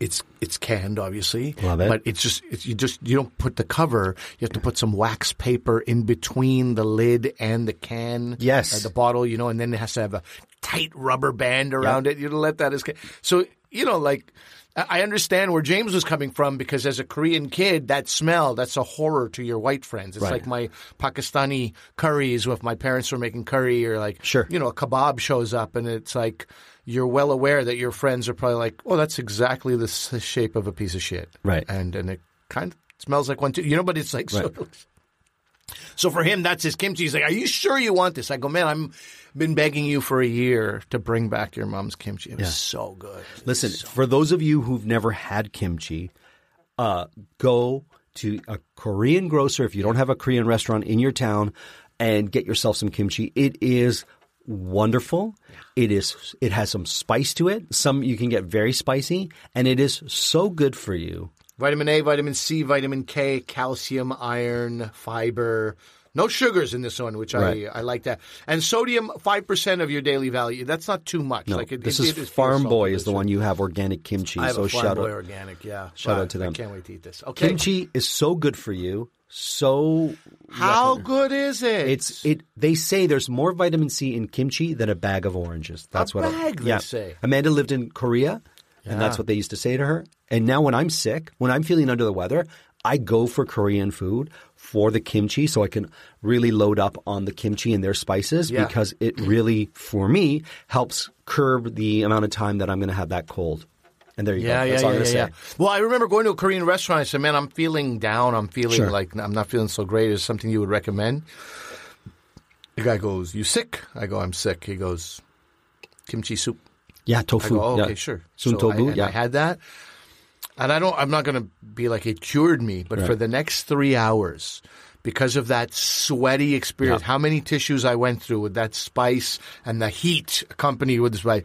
it's it's canned, obviously. Love it. But it's just it's, you just you don't put the cover. You have to put some wax paper in between the lid and the can. Yes. or the bottle, you know, and then it has to have a tight rubber band around it. You don't let that escape. So you know, like. I I understand where James was coming from because as a Korean kid, that smell, that's a horror to your white friends. It's Right. like my Pakistani curries if my parents were making curry or like, Sure. you know, a kebab shows up and it's like, you're well aware that your friends are probably like, oh, that's exactly the s- shape of a piece of shit. Right. And, and it kind of smells like one too. You know, but it's like, so, Right. so for him, that's his kimchi. He's like, are you sure you want this? I go, man, I'm been begging you for a year to bring back your mom's kimchi. It was so good. Listen, for those of you who've never had kimchi, uh, go to a Korean grocer if you don't have a Korean restaurant in your town and get yourself some kimchi. It is wonderful. It is it has some spice to it. Some you can get very spicy and it is so good for you. Vitamin A, vitamin C, vitamin K, calcium, iron, fiber. No sugars in this one, which Right. I, I like that. And sodium, 5% of your daily value. That's not too much. like it, this it- is it feels Farm Boy salty, is the but one you have organic kimchi. I have so a Farm shout Boy out organic, yeah. shout out to I them. can't wait to eat this. Okay. Kimchi is so good for you. So How good is it? It's it. They say there's more vitamin C in kimchi than a bag of oranges. That's what bag, I, they say. Amanda lived in Korea, and that's what they used to say to her. And now, when I'm sick, when I'm feeling under the weather, I go for Korean food for the kimchi, so I can really load up on the kimchi and their spices Yeah. because it really, for me, helps curb the amount of time that I'm going to have that cold. And there you Yeah, go. yeah, That's yeah, all I'm yeah, gonna yeah. say. Well, I remember going to a Korean restaurant. I said, "Man, I'm feeling down. I'm feeling Sure. like I'm not feeling so great. Is there something you would recommend?" The guy goes, "You sick?" I go, "I'm sick." He goes, "Kimchi soup." Yeah, I tofu. go, oh, yeah. "Okay, sure." Sun so I, tofu. and yeah, I had that, and I don't. I'm not going to be like it cured me, but for the next three hours. Because of that sweaty experience, Yeah. how many tissues I went through with that spice and the heat accompanied with the spice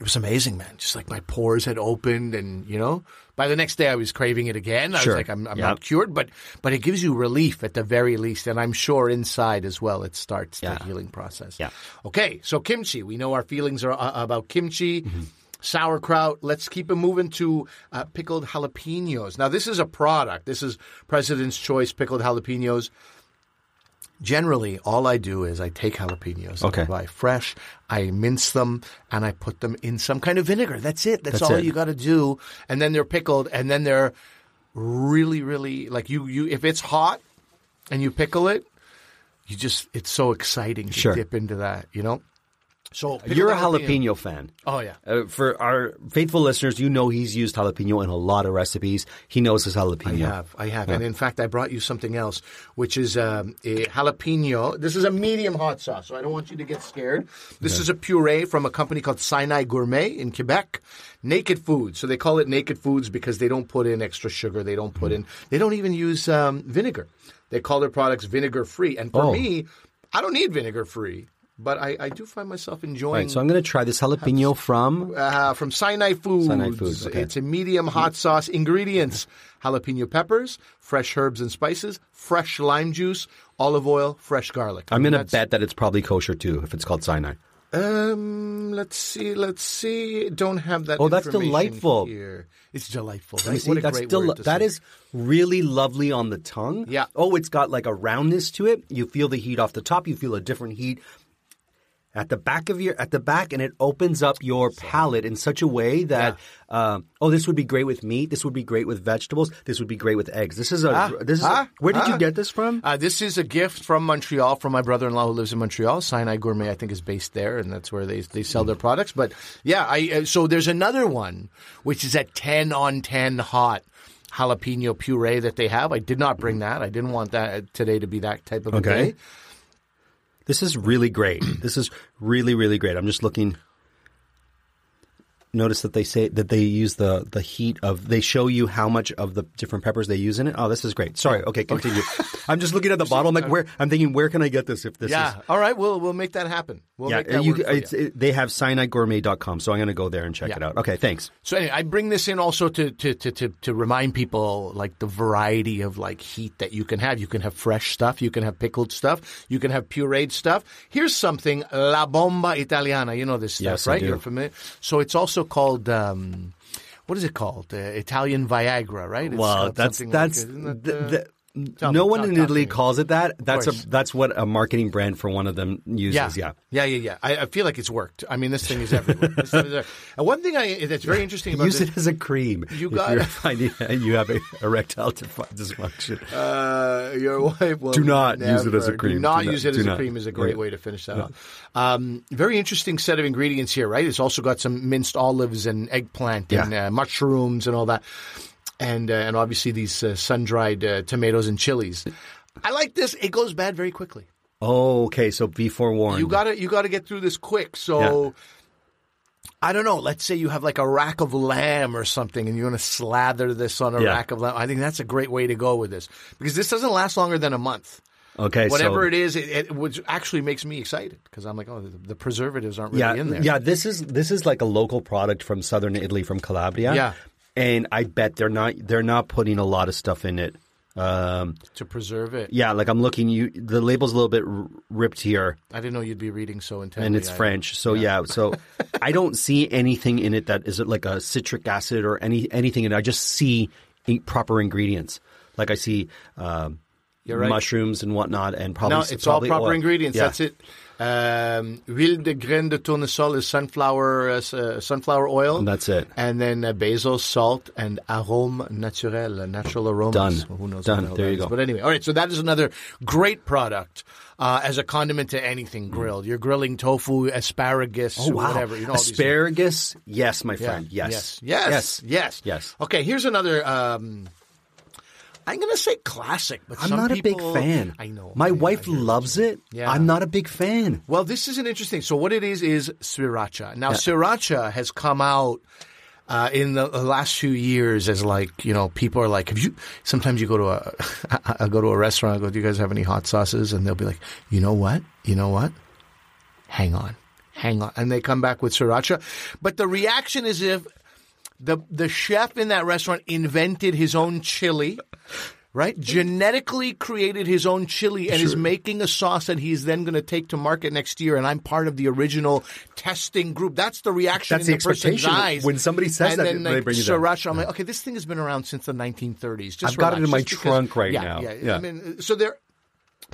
it was amazing, man. Just like my pores had opened, and you know, by the next day I was craving it again. I Sure. was like, I'm, I'm Yeah. not cured, but but it gives you relief at the very least, and I'm sure inside as well it starts the Yeah. healing process. Yeah. Okay, so kimchi. We know our feelings are uh, about kimchi. Mm-hmm. Sauerkraut. Let's keep it moving to uh, pickled jalapenos. Now, this is a product. This is President's Choice pickled jalapenos. Generally, all I do is I take jalapenos. that Okay. I buy fresh. I mince them and I put them in some kind of vinegar. That's it. That's, That's all it. you got to do. And then they're pickled. And then they're really, really like you. You if it's hot and you pickle it, you just it's so exciting to Sure. dip into that. You know. So pickled You're a jalapeno fan. Oh yeah. Uh, for our faithful listeners, you know he's used jalapeno in a lot of recipes. He knows his jalapeno. I have, I have, and in fact, I brought you something else, which is um, a jalapeno. This is a medium hot sauce, so I don't want you to get scared. This is a puree from a company called Sinai Gourmet in Quebec. Naked Foods, so they call it Naked Foods because they don't put in extra sugar. They don't Mm. put in. They don't even use um, vinegar. They call their products vinegar free, and for Oh. me, I don't need vinegar free, but I, I do find myself enjoying. All right, so I'm going to try this jalapeno from. uh, from Sinai Foods. Sinai Foods, okay. Mm-hmm. It's a medium hot sauce. Ingredients jalapeno peppers, fresh herbs and spices, fresh lime juice, olive oil, fresh garlic. I'm going to That's- bet that it's probably kosher too, if it's called Sinai. Um, let's see. Let's see. Don't have that. Oh, that's information delightful. Here. It's delightful. You Right? see, what a that's great del- word to that say. is really lovely on the tongue. Yeah. Oh, it's got like a roundness to it. You feel the heat off the top. You feel a different heat at the back of your at the back, and it opens up your palate in such a way that um, oh, this would be great with meat. This would be great with vegetables. This would be great with eggs. This is a this is a- ah, where did ah. you get this from? Uh, this is a gift from Montreal from my brother-in-law who lives in Montreal. Sinai Gourmet, I think, is based there, and that's where they they sell their products. But yeah, I uh, so there's another one which is at ten on ten hot jalapeno puree that they have. I did not bring that. I didn't want that uh, today to be that type of a Okay. day. This is really great. This is really really great. I'm just looking. Notice that they say that they use the the heat of. They show you how much of the different peppers they use in it. Oh, this is great. Sorry. Okay, continue. I'm just looking at the bottle. I'm like, where? I'm thinking, where can I get this? If this is uh, uh, Yeah. All right. We'll we'll make that happen. We'll make that you- work for it's, you. It, they have sinaigourmet.com, so I'm going to go there and check Yeah. it out. Okay, thanks. So anyway, I bring this in also to, to, to, to, to remind people like the variety of like heat that you can have. You can have fresh stuff. You can have pickled stuff. You can have pureed stuff. Here's something, La Bomba Italiana. You know this stuff, Yes, I right? do. You're familiar. So it's also called, um, what is it called? Uh, Italian Viagra, right? It's Well, called that's something that's like- th- isn't that, uh, th- tell no me, one tell- in tell Italy me. calls it that. That's course. a that's what a marketing brand for one of them uses. Yeah. yeah, yeah, yeah. I, I feel like it's worked. I mean, this thing is everywhere. This thing is everywhere. And one thing I that's very interesting about Use this, it as a cream. You if got you're it. finding that you have a erectile dysfu- dysfunction. Uh, your wife will Do not use it as a never- Do cream. not Do not- use it do as a not. cream is a great Yeah. way to finish that off. Um, very interesting set of ingredients here, right? It's also got some minced olives and eggplant and Yeah. uh, mushrooms and all that, and uh, and obviously these uh, sun dried uh, tomatoes and chilies. I like this. It goes bad very quickly. oh, okay. So be forewarned. You gotta you gotta get through this quick. So. Yeah. I don't know. Let's say you have like a rack of lamb or something, and you want to slather this on a Yeah. rack of lamb. I think that's a great way to go with this because this doesn't last longer than a month. okay. Whatever so, it is, it, it which actually makes me excited because I'm like, oh, the, the preservatives aren't really yeah, in there. yeah. This is this is like a local product from southern Italy, from Calabria. Yeah. And I bet they're not they're not putting a lot of stuff in it. Um, to preserve it. Yeah, like I'm looking. You the label's a little bit r- ripped here, I didn't know you'd be reading so intently. and it's I- French. So yeah, so I don't see anything in it that is like a citric acid or any anything in it. I just see in- proper ingredients. Like I see um, You're right. mushrooms and whatnot, and probably No, it's probably all proper oil. ingredients. Yeah. That's it. Um, huile de graine de tournesol is sunflower uh, s- uh, sunflower oil. And that's it. And then uh, basil, salt, and arôme naturel, uh, natural aromas. Done. Well, who knows? Done. what the hell There that you is. go. But anyway, all right. So that is another great product uh, as a condiment to anything grilled. You're grilling tofu, asparagus, Mm. Oh or wow! whatever. You know, all these things. Asparagus, yes, my friend, Yeah. yes. Yes. Yes. Yes. Yes. Okay, here's another. Um, I'm going to say classic, but I'm some not people, a big fan. I know. my I know, wife I hear- loves it. Yeah. I'm not a big fan. Well, this is an interesting. So, what it is is sriracha. Now, sriracha has come out uh, in the the last few years as like you know people are like, have you? Sometimes you go to a, I I go to a restaurant. I go, do you guys have any hot sauces? And they'll be like, you know what? You know what? Hang on, hang on, and they come back with sriracha. But the reaction is if the the chef in that restaurant invented his own chili, right? Genetically created his own chili and is making a sauce that he's then going to take to market next year. And I'm part of the original testing group. That's the reaction. That's in the person's expectation. eyes. When somebody says and that, then, they like, bring you that. sriracha. I'm like, okay, this thing has been around since the 1930s. Just I've got it relax, in my just because- trunk right yeah, now. Yeah, I Yeah. mean, so there.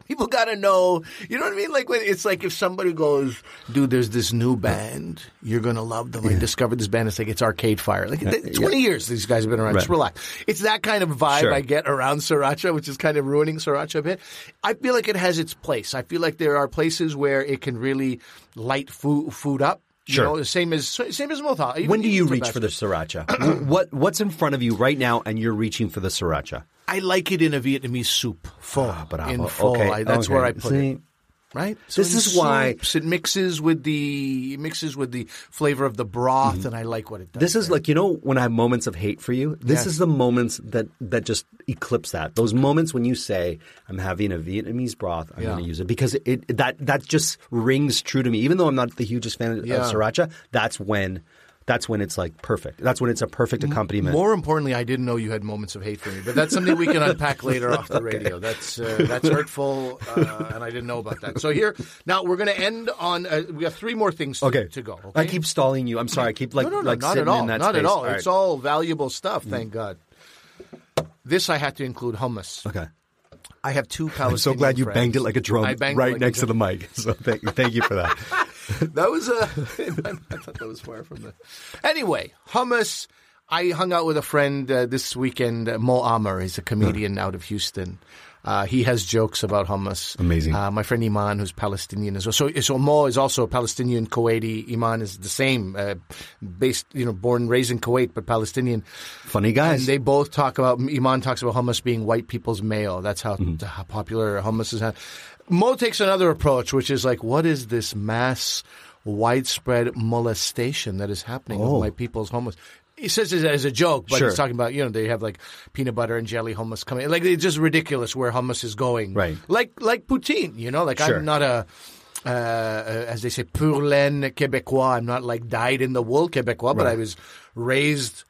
People gotta know, you know what I mean? Like, when, it's like if somebody goes, "Dude, there's this new band, you're gonna love them." I discovered this band. It's like it's Arcade Fire. Like th- twenty years, these guys have been around. Just Right. relax. It's that kind of vibe Sure. I get around sriracha, which is kind of ruining sriracha a bit. I feel like it has its place. I feel like there are places where it can really light food food up. Sure. You know, same as same as Motha. Even- When do you even reach for the sriracha? what what's in front of you right now, and you're reaching for the sriracha? I like it in a Vietnamese soup, pho. In pho, I, that's Ah, okay. where I put See, it. Right. This in is why- soups, it mixes with the it mixes with the flavor of the broth, and I like what it does. Mm-hmm. This is like you know when I have moments of hate for you. This Yes. is the moments that that just eclipse that. Those moments when you say I'm having a Vietnamese broth, I'm Yeah. going to use it because it that that just rings true to me. Even though I'm not the hugest fan Yeah. of sriracha, that's when that's when it's like perfect. That's when it's a perfect accompaniment. More importantly, I didn't know you had moments of hate for me, but that's something we can unpack later off the radio. That's uh, that's hurtful, uh, and I didn't know about that. So here now we're going to end on. Uh, we have three more things to, okay, to go. Okay? I keep stalling you. I'm sorry. I keep like no, no, no, like not sitting at all. in that not space. at all. right. Mm-hmm. It's all valuable stuff. Thank God. This I had to include hummus. okay. I have two Palestinian I'm so glad you friends. banged it like a drum I banged it right like a next to drum. the mic. So thank, thank you for that. That was uh, I thought that was far from the. Anyway, hummus. I hung out with a friend uh, this weekend. Uh, Mo Amar is a comedian out of Houston. Uh, he has jokes about hummus. Amazing. Uh, my friend Iman, who's Palestinian as well. So, so Mo is also Palestinian Kuwaiti. Iman is the same, uh, based you know, born raised in Kuwait, but Palestinian. Funny guys. And they both talk about Iman talks about hummus being white people's mayo. That's how, Mm-hmm. how popular hummus is. Mo takes another approach, which is like, what is this mass, widespread molestation that is happening Oh. with white people's hummus? He says it as a joke, but Sure. he's talking about you know they have like peanut butter and jelly hummus coming. Like it's just ridiculous where hummus is going. Right. Like like poutine, you know. Like Sure. I'm not a. Uh, as they say, pur laine Québécois. I'm not like dyed in the wool Québécois, but I was raised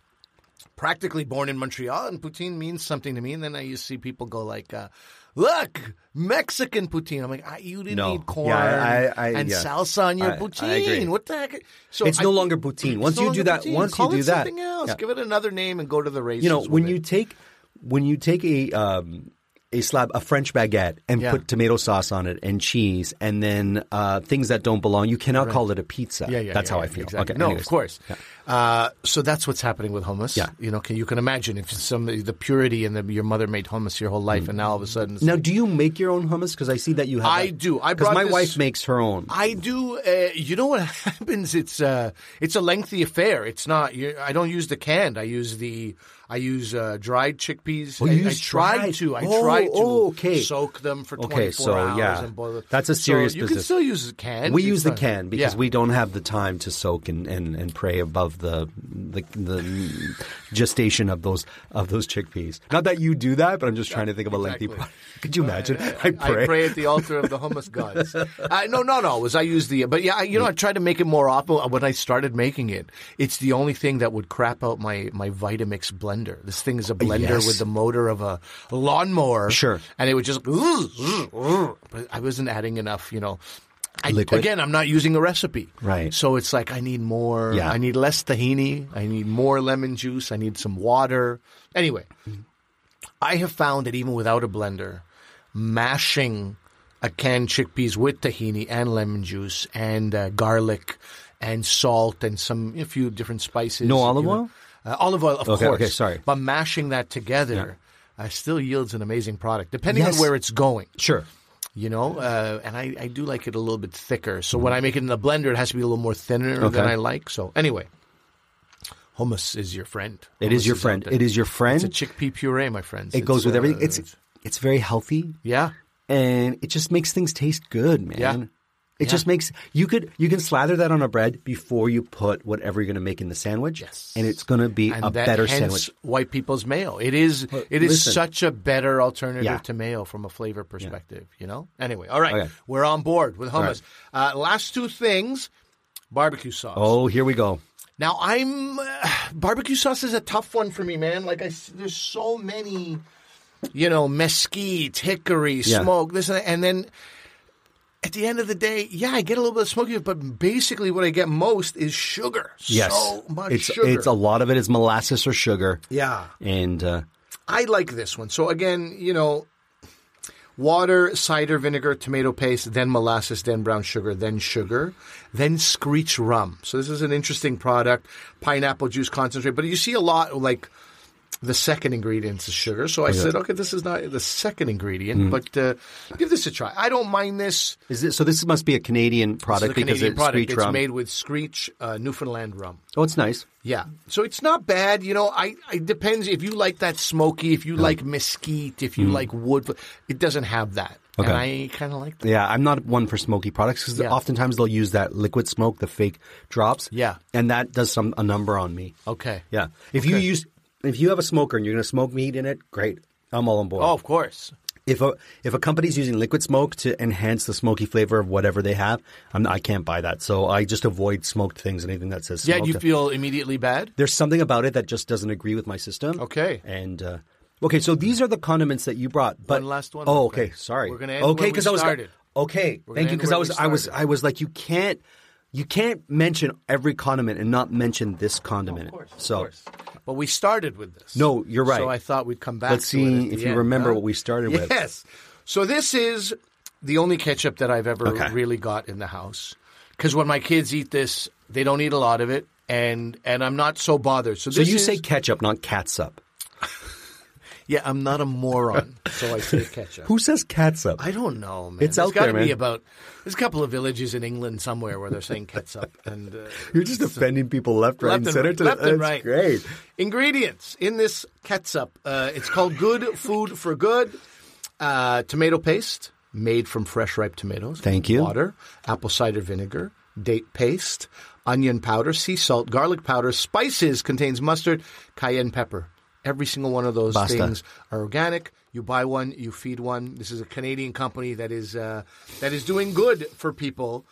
practically born in Montreal, and poutine means something to me. And then I used to see people go like, uh, "Look, Mexican poutine." I'm like, I, "You didn't No. need corn Yeah, I- I- I- and yeah. salsa on your I- I agree. poutine. What the heck?" So It's no longer poutine. It's Once no you longer do that- poutine. once you Call do it that- something else. Yeah. Give it another name and go to the races. you know when with you it. take when you take a um, a slab a French baguette and Yeah. put tomato sauce on it and cheese and then uh, things that don't belong, you cannot call it a pizza. Yeah, yeah, That's yeah, how yeah, I feel. Exactly. Okay, no, anyways. of course. Uh, so that's what's happening with hummus. Yeah. you know, can, you can imagine if some the purity and the, your mother made hummus your whole Mm. life, and now all of a sudden, it's Now, like- do you make your own hummus? Because I see that you have. I that. do. I 'Cause brought my this- wife makes her own. I do. Uh, you know what happens? It's uh, it's a lengthy affair. It's not. You, I don't use the canned. I use the. I use uh, dried chickpeas. Oh, you I, use I tried dried. to. I Oh, tried to oh, okay. soak them for Okay, 24 so, hours yeah. and boil them. That's a So serious you can business. still use the can. we It's use the fine. can because Yeah. we don't have the time to soak and, and, and pray above the, the the gestation of those of those chickpeas. Not that you do that, but I'm just trying to think of a lengthy. Exactly. pro- Could you imagine? I I pray at the altar of the hummus gods. I, no, no, no. It was I used the, but yeah, I, you know, I tried to make it more often. When I started making it, it's the only thing that would crap out my my Vitamix blender. This thing is a blender yes. with the motor of a lawnmower, Sure. and it would just. But I wasn't adding enough, you know. I, Liquid? Again, I'm not using a recipe, Right. So it's like I need more. Yeah. I need less tahini. I need more lemon juice. I need some water. Anyway, I have found that even without a blender, mashing a canned chickpeas with tahini and lemon juice and uh, garlic and salt and some a few different spices. No olive you know- oil? Uh, olive oil, of Okay, course. okay, sorry. But mashing that together uh, still yields an amazing product, depending Yes. on where it's going sure. you know, uh, and I, I do like it a little bit thicker. So when I make it in the blender, it has to be a little more thinner Okay. than I like. So anyway, hummus is your friend. It is Hummus your out friend. there. It is your friend. It's a chickpea puree, my friends. it goes with uh, everything. It's it's very healthy. yeah, and it just makes things taste good, man. Yeah. It just makes you could you can slather that on a bread before you put whatever you're going to make in the sandwich, Yes. and it's going to be and a that better hence sandwich. white people's mayo. It is it is listen. such a better alternative Yeah. to mayo from a flavor perspective. You know. Anyway, all right, Okay. we're on board with hummus. right. Uh, last two things: barbecue sauce. Oh, here we go. Now I'm uh, barbecue sauce is a tough one for me, man. Like I s- there's so many, you know, mesquite, hickory, Yeah. smoke, this and that. and then at the end of the day, yeah, I get a little bit of smoky, but basically what I get most is sugar. Yes, so much it's sugar. it's a lot of it is molasses or sugar. yeah. and uh, I like this one. So again, you know, water, cider vinegar, tomato paste, then molasses, then brown sugar, then sugar, then screech rum. So this is an interesting product, pineapple juice concentrate. But you see a lot like the second ingredient is sugar. So I Oh, said, okay, this is not the second Mm. ingredient, but uh, give this a try. I don't mind this. is it so? This must be a Canadian It's a product because Canadian it's product. screech It's rum. made with screech uh, Newfoundland rum. oh, it's nice. Yeah. So it's not bad. You know, I it depends if you like that smoky, if you like mesquite, if you like wood. It doesn't have that. And Mm. Okay. I kind of like that. Yeah, I'm not one for smoky products because Yeah. oftentimes they'll use that liquid smoke, the fake drops. Yeah. and that does some a number on me. Okay. Yeah. If you use if you have a smoker and you're going to smoke meat in it, great. I'm all on board. Oh, of course. If a if a company's using liquid smoke to enhance the smoky flavor of whatever they have, I'm, I can't buy that. So I just avoid smoked things, anything that says Yeah, smoked. you feel immediately bad? There's something about it that just doesn't agree with my system. Okay. And uh, okay, so these are the condiments that you brought. But One last one, Oh, my okay. friend. Sorry. We're gonna end okay where we because I was started. okay. We're Thank gonna you end because where I was we I was started. I was like you can't you can't mention every condiment and not mention this condiment. Of course. so Of course. But But we started with this. No, you're right. So I thought we'd come back. Let's to it at see the if you end, remember huh? what we started with. Yes. So this is the only ketchup that I've ever Okay. really got in the house. Because when my kids eat this, they don't eat a lot of it, and and I'm not so bothered. So, So this you is- say ketchup, not catsup. yeah, I'm not a moron, so I say ketchup. Who says catsup? I don't know, man. It's There's out there, gotta Be man. about there's a couple of villages in England somewhere where they're saying ketchup and uh, You're just offending people left, right, and Left and center. right, to- left and That's right. great. Ingredients in this ketchup. Uh, it's called Good Food for Good. Uh, tomato paste made from fresh ripe tomatoes. Thank you. Water, apple cider vinegar, date paste, onion powder, sea salt, garlic powder, spices contains mustard, cayenne pepper. Every single one of those Basta. things are organic. You buy one, you feed one. This is a Canadian company that is uh, that is doing good for people.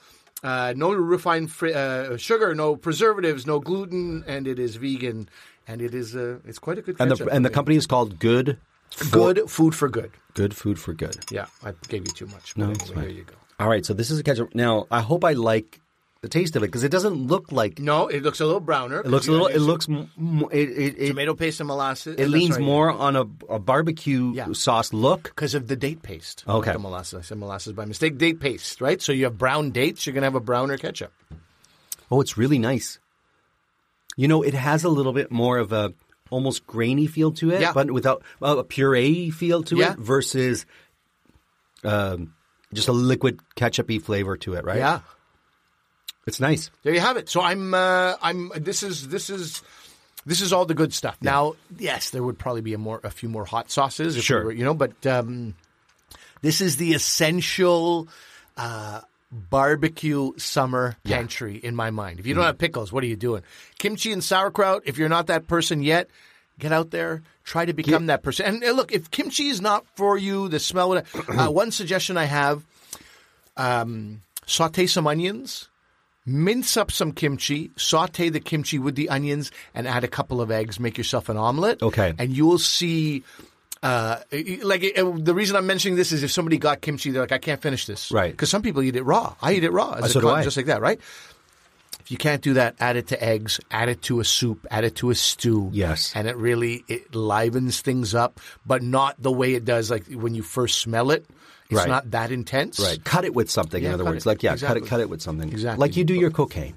Uh, no refined fr- uh, sugar, no preservatives, no gluten, and it is vegan. And it is uh, it's quite a good and the ketchup. and the company is called Good good food for good. Good Food for Good. Yeah, I gave you too much. No, there you go. All right, so this is a ketchup. Now I hope I like the taste of it because it doesn't look like it No, it looks a little browner. looks a little. It looks m- m- it it, it, tomato paste and molasses. uh, it leans more on a, a barbecue Yeah. sauce look. because of the date paste. not Okay. the molasses. I said molasses by mistake. Date paste, right? So you have brown dates. You're gonna have a browner ketchup. Oh, it's really nice. You know, it has a little bit more of a almost grainy feel to it, Yeah. but without well, a puree feel to Yeah. it versus um, just a liquid ketchupy flavor to it, right? Yeah, it's nice. there you have it. So I'm, uh, I'm. This is this is. This is all the good stuff. Now, yes, there would probably be a more, a few more hot sauces, if we Sure. were- you know. But um, this is the essential uh, barbecue summer pantry in my mind. If you don't have pickles, what are you doing? Kimchi and sauerkraut. If you're not that person yet, get out there, try to become that person. And uh, look, if kimchi is not for you, the smell. would- Uh, one suggestion I have: um, saute some onions. Mince up some kimchi, saute the kimchi with the onions, and add a couple of eggs. Make yourself an omelet. Okay. And you will see uh, like it, it- the reason I'm mentioning this is if somebody got kimchi, they're like, I can't finish this, Right. Because some people eat it raw. I eat it raw, as So a do con- I. just like that, right? If you can't do that, add it to eggs, add it to a soup, add it to a stew. Yes. and it really it livens things up, but not the way it does. Like when you first smell it, it's Right. not that intense. Right. Cut it with something. Yeah, in other cut words, it. like yeah, cut Exactly. it, cut it with something. Exactly. Mm. Like you do your cocaine.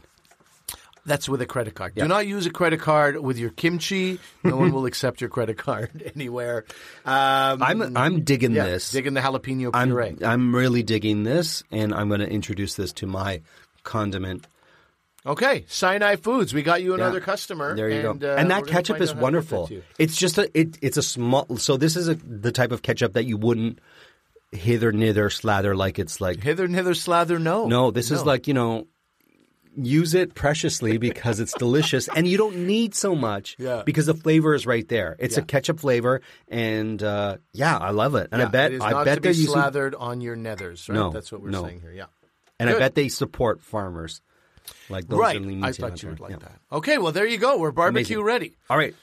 That's with a credit card. Do not use a credit card with your kimchi. No one will accept your credit card anywhere. Um, I'm I'm digging yeah, this. Dig in the jalapeno I'm puree. I'm really digging this, and I'm going to introduce this to my condiment. Okay, Sinai Foods. We got you another Yeah. customer. There you and, go. uh, and we're that gonna ketchup find is out how to wonderful. get that to you. It's just a it, it's a small. So this is a the type of ketchup that you wouldn't hither nither slather like it's like. Hither, nither, slather, no. No, this is like you know. Use it preciously because it's delicious, and you don't need so much Yeah. because the flavor is right there. It's Yeah. a ketchup flavor, and uh, yeah, I love it. And Yeah, I bet it is I not bet to they're be using, slathered on your nethers. Right? No, that's what we're no. saying here. Yeah, and I Good. bet they support farmers like those right. Are leaning I to thought that you would one. like Yeah. that. Okay, well there you go. We're barbecue Amazing. ready. All right.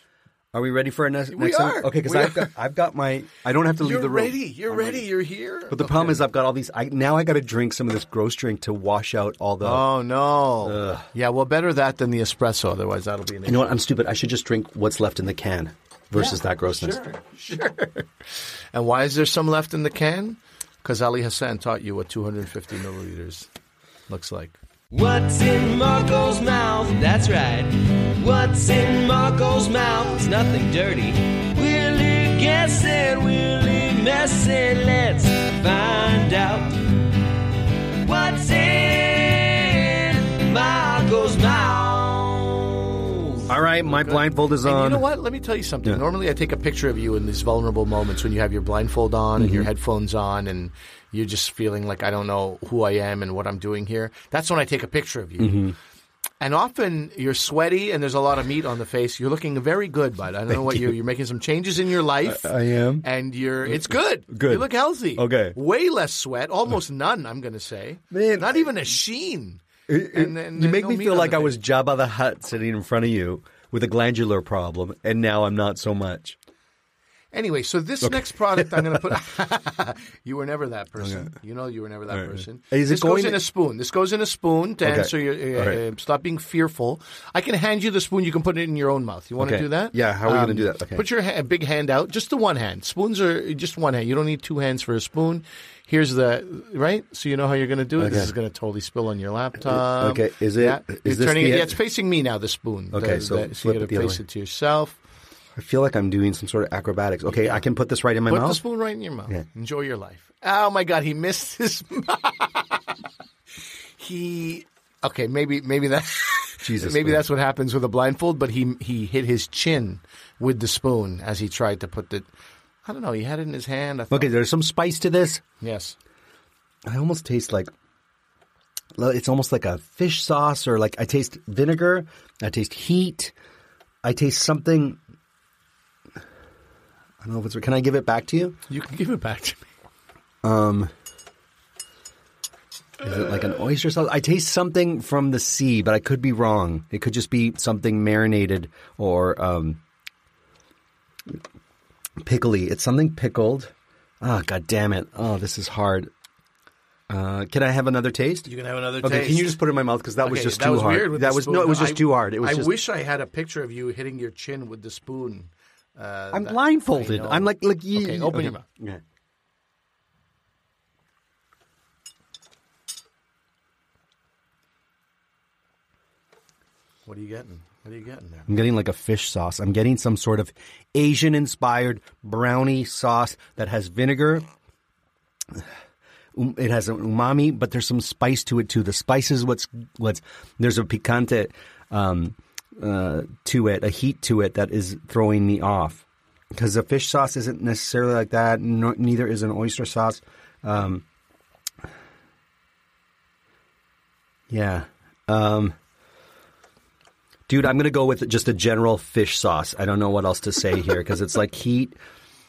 Are we ready for our next, We next segment? are. Okay, because We I've are. got, I've got my I don't have to leave You're the room. ready. You're ready. You're here. But the problem is I've got all these I now I gotta drink some of this gross drink to wash out all the oh no. Yeah. Well, better that than the espresso. Otherwise, that'll be an You know what, I'm stupid. I should just drink what's left in the can versus that grossness. And why is there some left in the can? Because Ali Hassan taught you what 250 milliliters looks like. What's in Marco's mouth? That's right. What's in Marco's mouth? It's nothing dirty. We'll leave guessing, we'll leave messing. Let's find out. What's in Marco's mouth? All right, my blindfold is And on. you know what? Let me tell you something. Normally, I take a picture of you in these vulnerable moments when you have your blindfold on and Mm-hmm. your headphones on, and you're just feeling like I don't know who I am and what I'm doing here. That's when I take a picture of you. Mm-hmm. And often you're sweaty and there's a lot of meat on the face. You're looking very good, bud. I don't know what you're. You're making some changes in your life. I am. and you're. It's good. Good. You look healthy. Okay. Way less sweat. Almost none. I'm going to say. Man, not I- even a sheen. And- and- you and make no me meat feel on like the I face. was Jabba the Hutt sitting in front of you with a glandular problem, and now I'm not so much. Anyway, so this next product I'm going to put. you were never that person. You know, you were never that All right. person. Is it this goes going- in a spoon. This goes in a spoon to Okay. answer your. Uh, All right. uh, stop being fearful. I can hand you the spoon. You can put it in your own mouth. You want Okay. to do that? Um, Yeah, how are we gonna do that? Okay. Put your ha- big hand out. Just the one hand. Spoons are just one hand. You don't need two hands for a spoon. Here's the right. So you know how you're going to do it. This Okay. is going to totally spill on your laptop. Okay, is it- Yeah. is You're this turning the- it. Yeah, it's facing me now. The spoon. Okay, The- so the- so flip you it got the to other face way. it to yourself. I feel like I'm doing some sort of acrobatics. Okay, I can put this right in my Put the mouth. spoon right in your mouth. Yeah. Enjoy your life. Oh my God, he missed his. he okay, maybe maybe that. Jesus, maybe man. that's what happens with a blindfold. But he he hit his chin with the spoon as he tried to put the. I don't know. He had it in his hand. I thought, Okay, there's some spice to this. Yes. I almost taste like it's almost like a fish sauce, or like I taste vinegar, I taste heat, I taste something. I don't know if it's. Can I give it back to you? You can give it back to me. Is it like an oyster sauce? I taste something from the sea, but I could be wrong. It could just be something marinated or um, pickly. It's something pickled. Oh, god damn it. Oh, this is hard. Uh, can I have another taste? You can have another okay, taste. can you just put it in my mouth? Because that was Okay, just that too was hard. Weird with that the was spoon. no, it was just I- too hard. It was I just wish I had a picture of you hitting your chin with the spoon. Uh, I'm that- blindfolded. I know. I'm like like you, Okay, open your mouth. Yeah. What are you getting? What are you getting there? I'm getting like a fish sauce. I'm getting some sort of Asian inspired brownie sauce that has vinegar. Um, It has an umami, but there's some spice to it too. The spice is what's what's there's a picante um, uh, to it, a heat to it that is throwing me off. Because the fish sauce isn't necessarily like that. No, neither is an oyster sauce. Um, yeah. Um, Dude, I'm going to go with just a general fish sauce. I don't know what else to say here because it's like heat,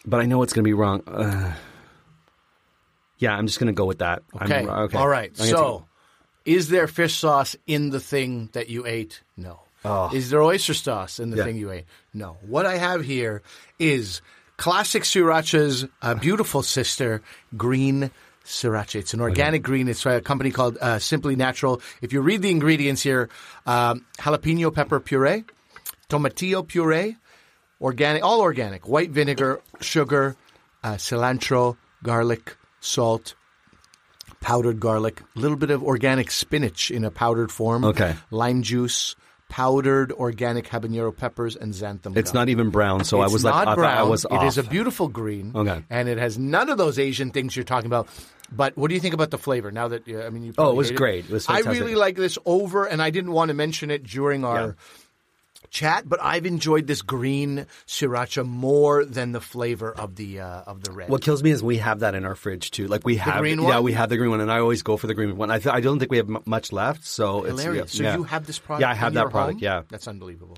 but I know it's going to be wrong. Uh, yeah, I'm just going to go with that. I'm- Okay. okay. All right. I'm gonna So, is there fish sauce in the thing that you ate? No. Is there oyster sauce in the Oh. Yeah. thing you ate? No. What I have here is classic sriracha's uh, beautiful sister, green sriracha. It's an organic green. It's by a company called uh, Simply Natural. If you read the ingredients here, um, jalapeno pepper puree, tomatillo puree, organic, all organic, white vinegar, sugar, uh, cilantro, garlic, salt, powdered garlic, a little bit of organic spinach in a powdered form, Okay. lime juice, powdered organic habanero peppers, and xanthan. take- it's gum. not even brown, so It's I was not like, I- brown. I, was off. It is a beautiful green, Okay. and it has none of those Asian things you're talking about. But what do you think about the flavor? Now that uh, I mean, you probably was hate great. Oh, It was I fantastic. really like this over, and I didn't want to mention it during our chat, but I've enjoyed this green sriracha more than the flavor of the uh, of the red. What kills me is we have that in our fridge too. Like we have, green yeah, one? we have the green one, and I always go for the green one. I, th- I don't think we have m- much left, so Hilarious. it's So yeah. you have this product? Yeah, I in have that your product. home? Yeah, that's unbelievable.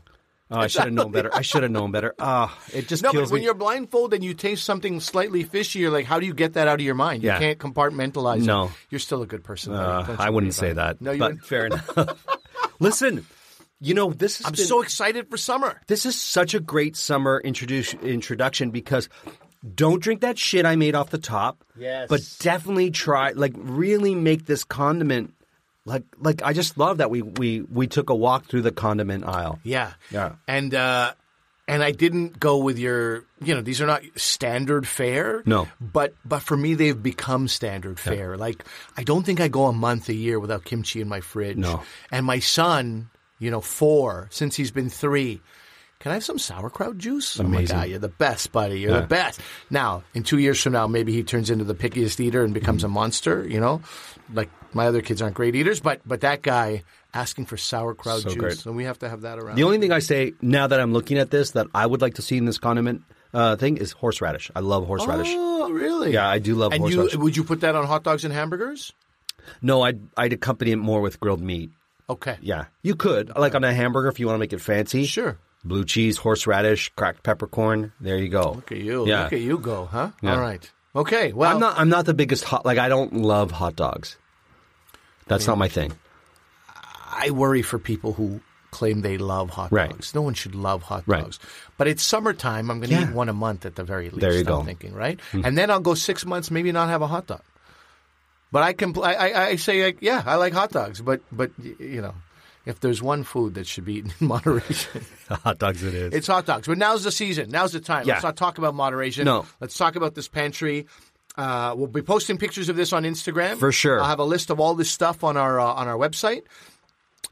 oh, I should have known better. I should have known better. Ah, it just No, kills but when me. you're blindfolded and you taste something slightly fishy, you're like, how do you get that out of your mind? Yeah. You can't compartmentalize. No. it. you're still a good person. Uh, Larry. Don't I you wouldn't worry say about it. that. No, you. but wouldn't. fair enough. Listen, you know this is I'm so excited for summer. this is such a great summer introduce, introduction because don't drink that shit I made off the top. Yes. but definitely try like really make this condiment like like I just love that we we we took a walk through the condiment aisle. Yeah. Yeah. And uh and I didn't go with your you know, these are not standard fare. No. But but for me they've become standard fare. Like I don't think I go a month a year without kimchi in my fridge. No. And my son, you know, four, since he's been three, can I have some sauerkraut juice? Amazing. Oh my God, you're the best, buddy. You're the best. Now, in two years from now, maybe he turns into the pickiest eater and becomes a monster, you know? Like my other kids aren't great eaters, but but that guy asking for sauerkraut So juice. great. And we have to have that around. The only thing I say now that I'm looking at this that I would like to see in this condiment uh, thing is horseradish. I love horseradish. Oh, really? Yeah, I do love and you, horseradish. would you put that on hot dogs and hamburgers? No, I'd I'd accompany it more with grilled meat. Okay. Yeah, you could like on a hamburger if you want to make it fancy. Sure. Blue cheese, horseradish, cracked peppercorn. There you go. Look at you. Yeah. Look at you go, huh? Yeah. All right. Okay. Well, I'm not. I'm not the biggest hot. Like I don't love hot dogs. That's not my thing. I worry for people who claim they love hot Right. dogs. No one should love hot Right. dogs. But it's summertime. I'm going to Yeah. eat one a month at the very least. There you I'm go. thinking, right? And then I'll go six months, maybe not have a hot dog. But I can. I, I, I say, like, yeah, I like hot dogs. But but y- you know, if there's one food that should be eaten in moderation, Hot dogs it is. it's hot dogs. But now's the season. Now's the time. Yeah. Let's not talk about moderation. No. Let's talk about this pantry. Uh, we'll be posting pictures of this on Instagram For sure. I'll have a list of all this stuff on our uh, on our website.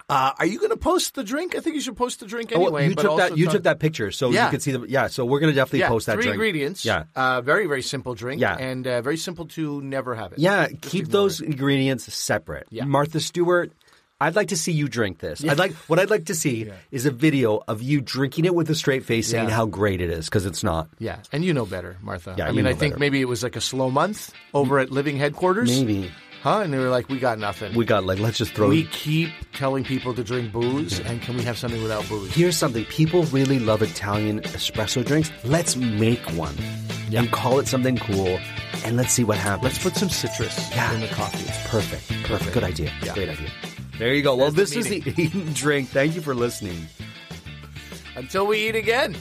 Uh, are you going to post the drink? I think you should post the drink Oh, anyway. you but took that. also You talk- took that picture, so Yeah. you could see the. Yeah, so we're gonna definitely Yeah, post that. three drink. ingredients. Yeah, uh, very very simple drink. Yeah. and uh, very simple to never have it. yeah. Just Keep ignore those it. ingredients separate. Yeah. Martha Stewart. I'd like to see you drink this. I'd like what I'd like to see is a video of you drinking it with a straight face, saying Yeah. how great it is because it's not. Yeah, and you know better, Martha. Yeah, I you mean, I know think better. maybe it was like a slow month over at Living Headquarters. Maybe huh? And they were like, "We got nothing. we got like let's just throw. We keep telling people to drink booze, and can we have something without booze? Here's something people really love Italian espresso drinks. Let's make one and call it something cool, and let's see what happens. Let's put some citrus Yeah. in the coffee. Perfect. Perfect. Good idea. Great idea. There you go. Well, That's this the is the eat and drink. Thank you for listening. Until we eat again.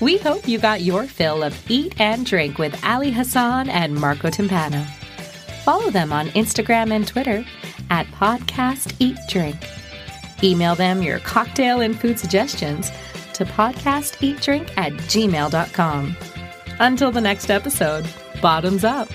We hope you got your fill of Eat and Drink with Ali Hassan and Marco Timpano. Follow them on Instagram and Twitter at Podcast Eat Drink. Email them your cocktail and food suggestions to podcasteatdrink at gmail.com. Until the next episode, bottoms up.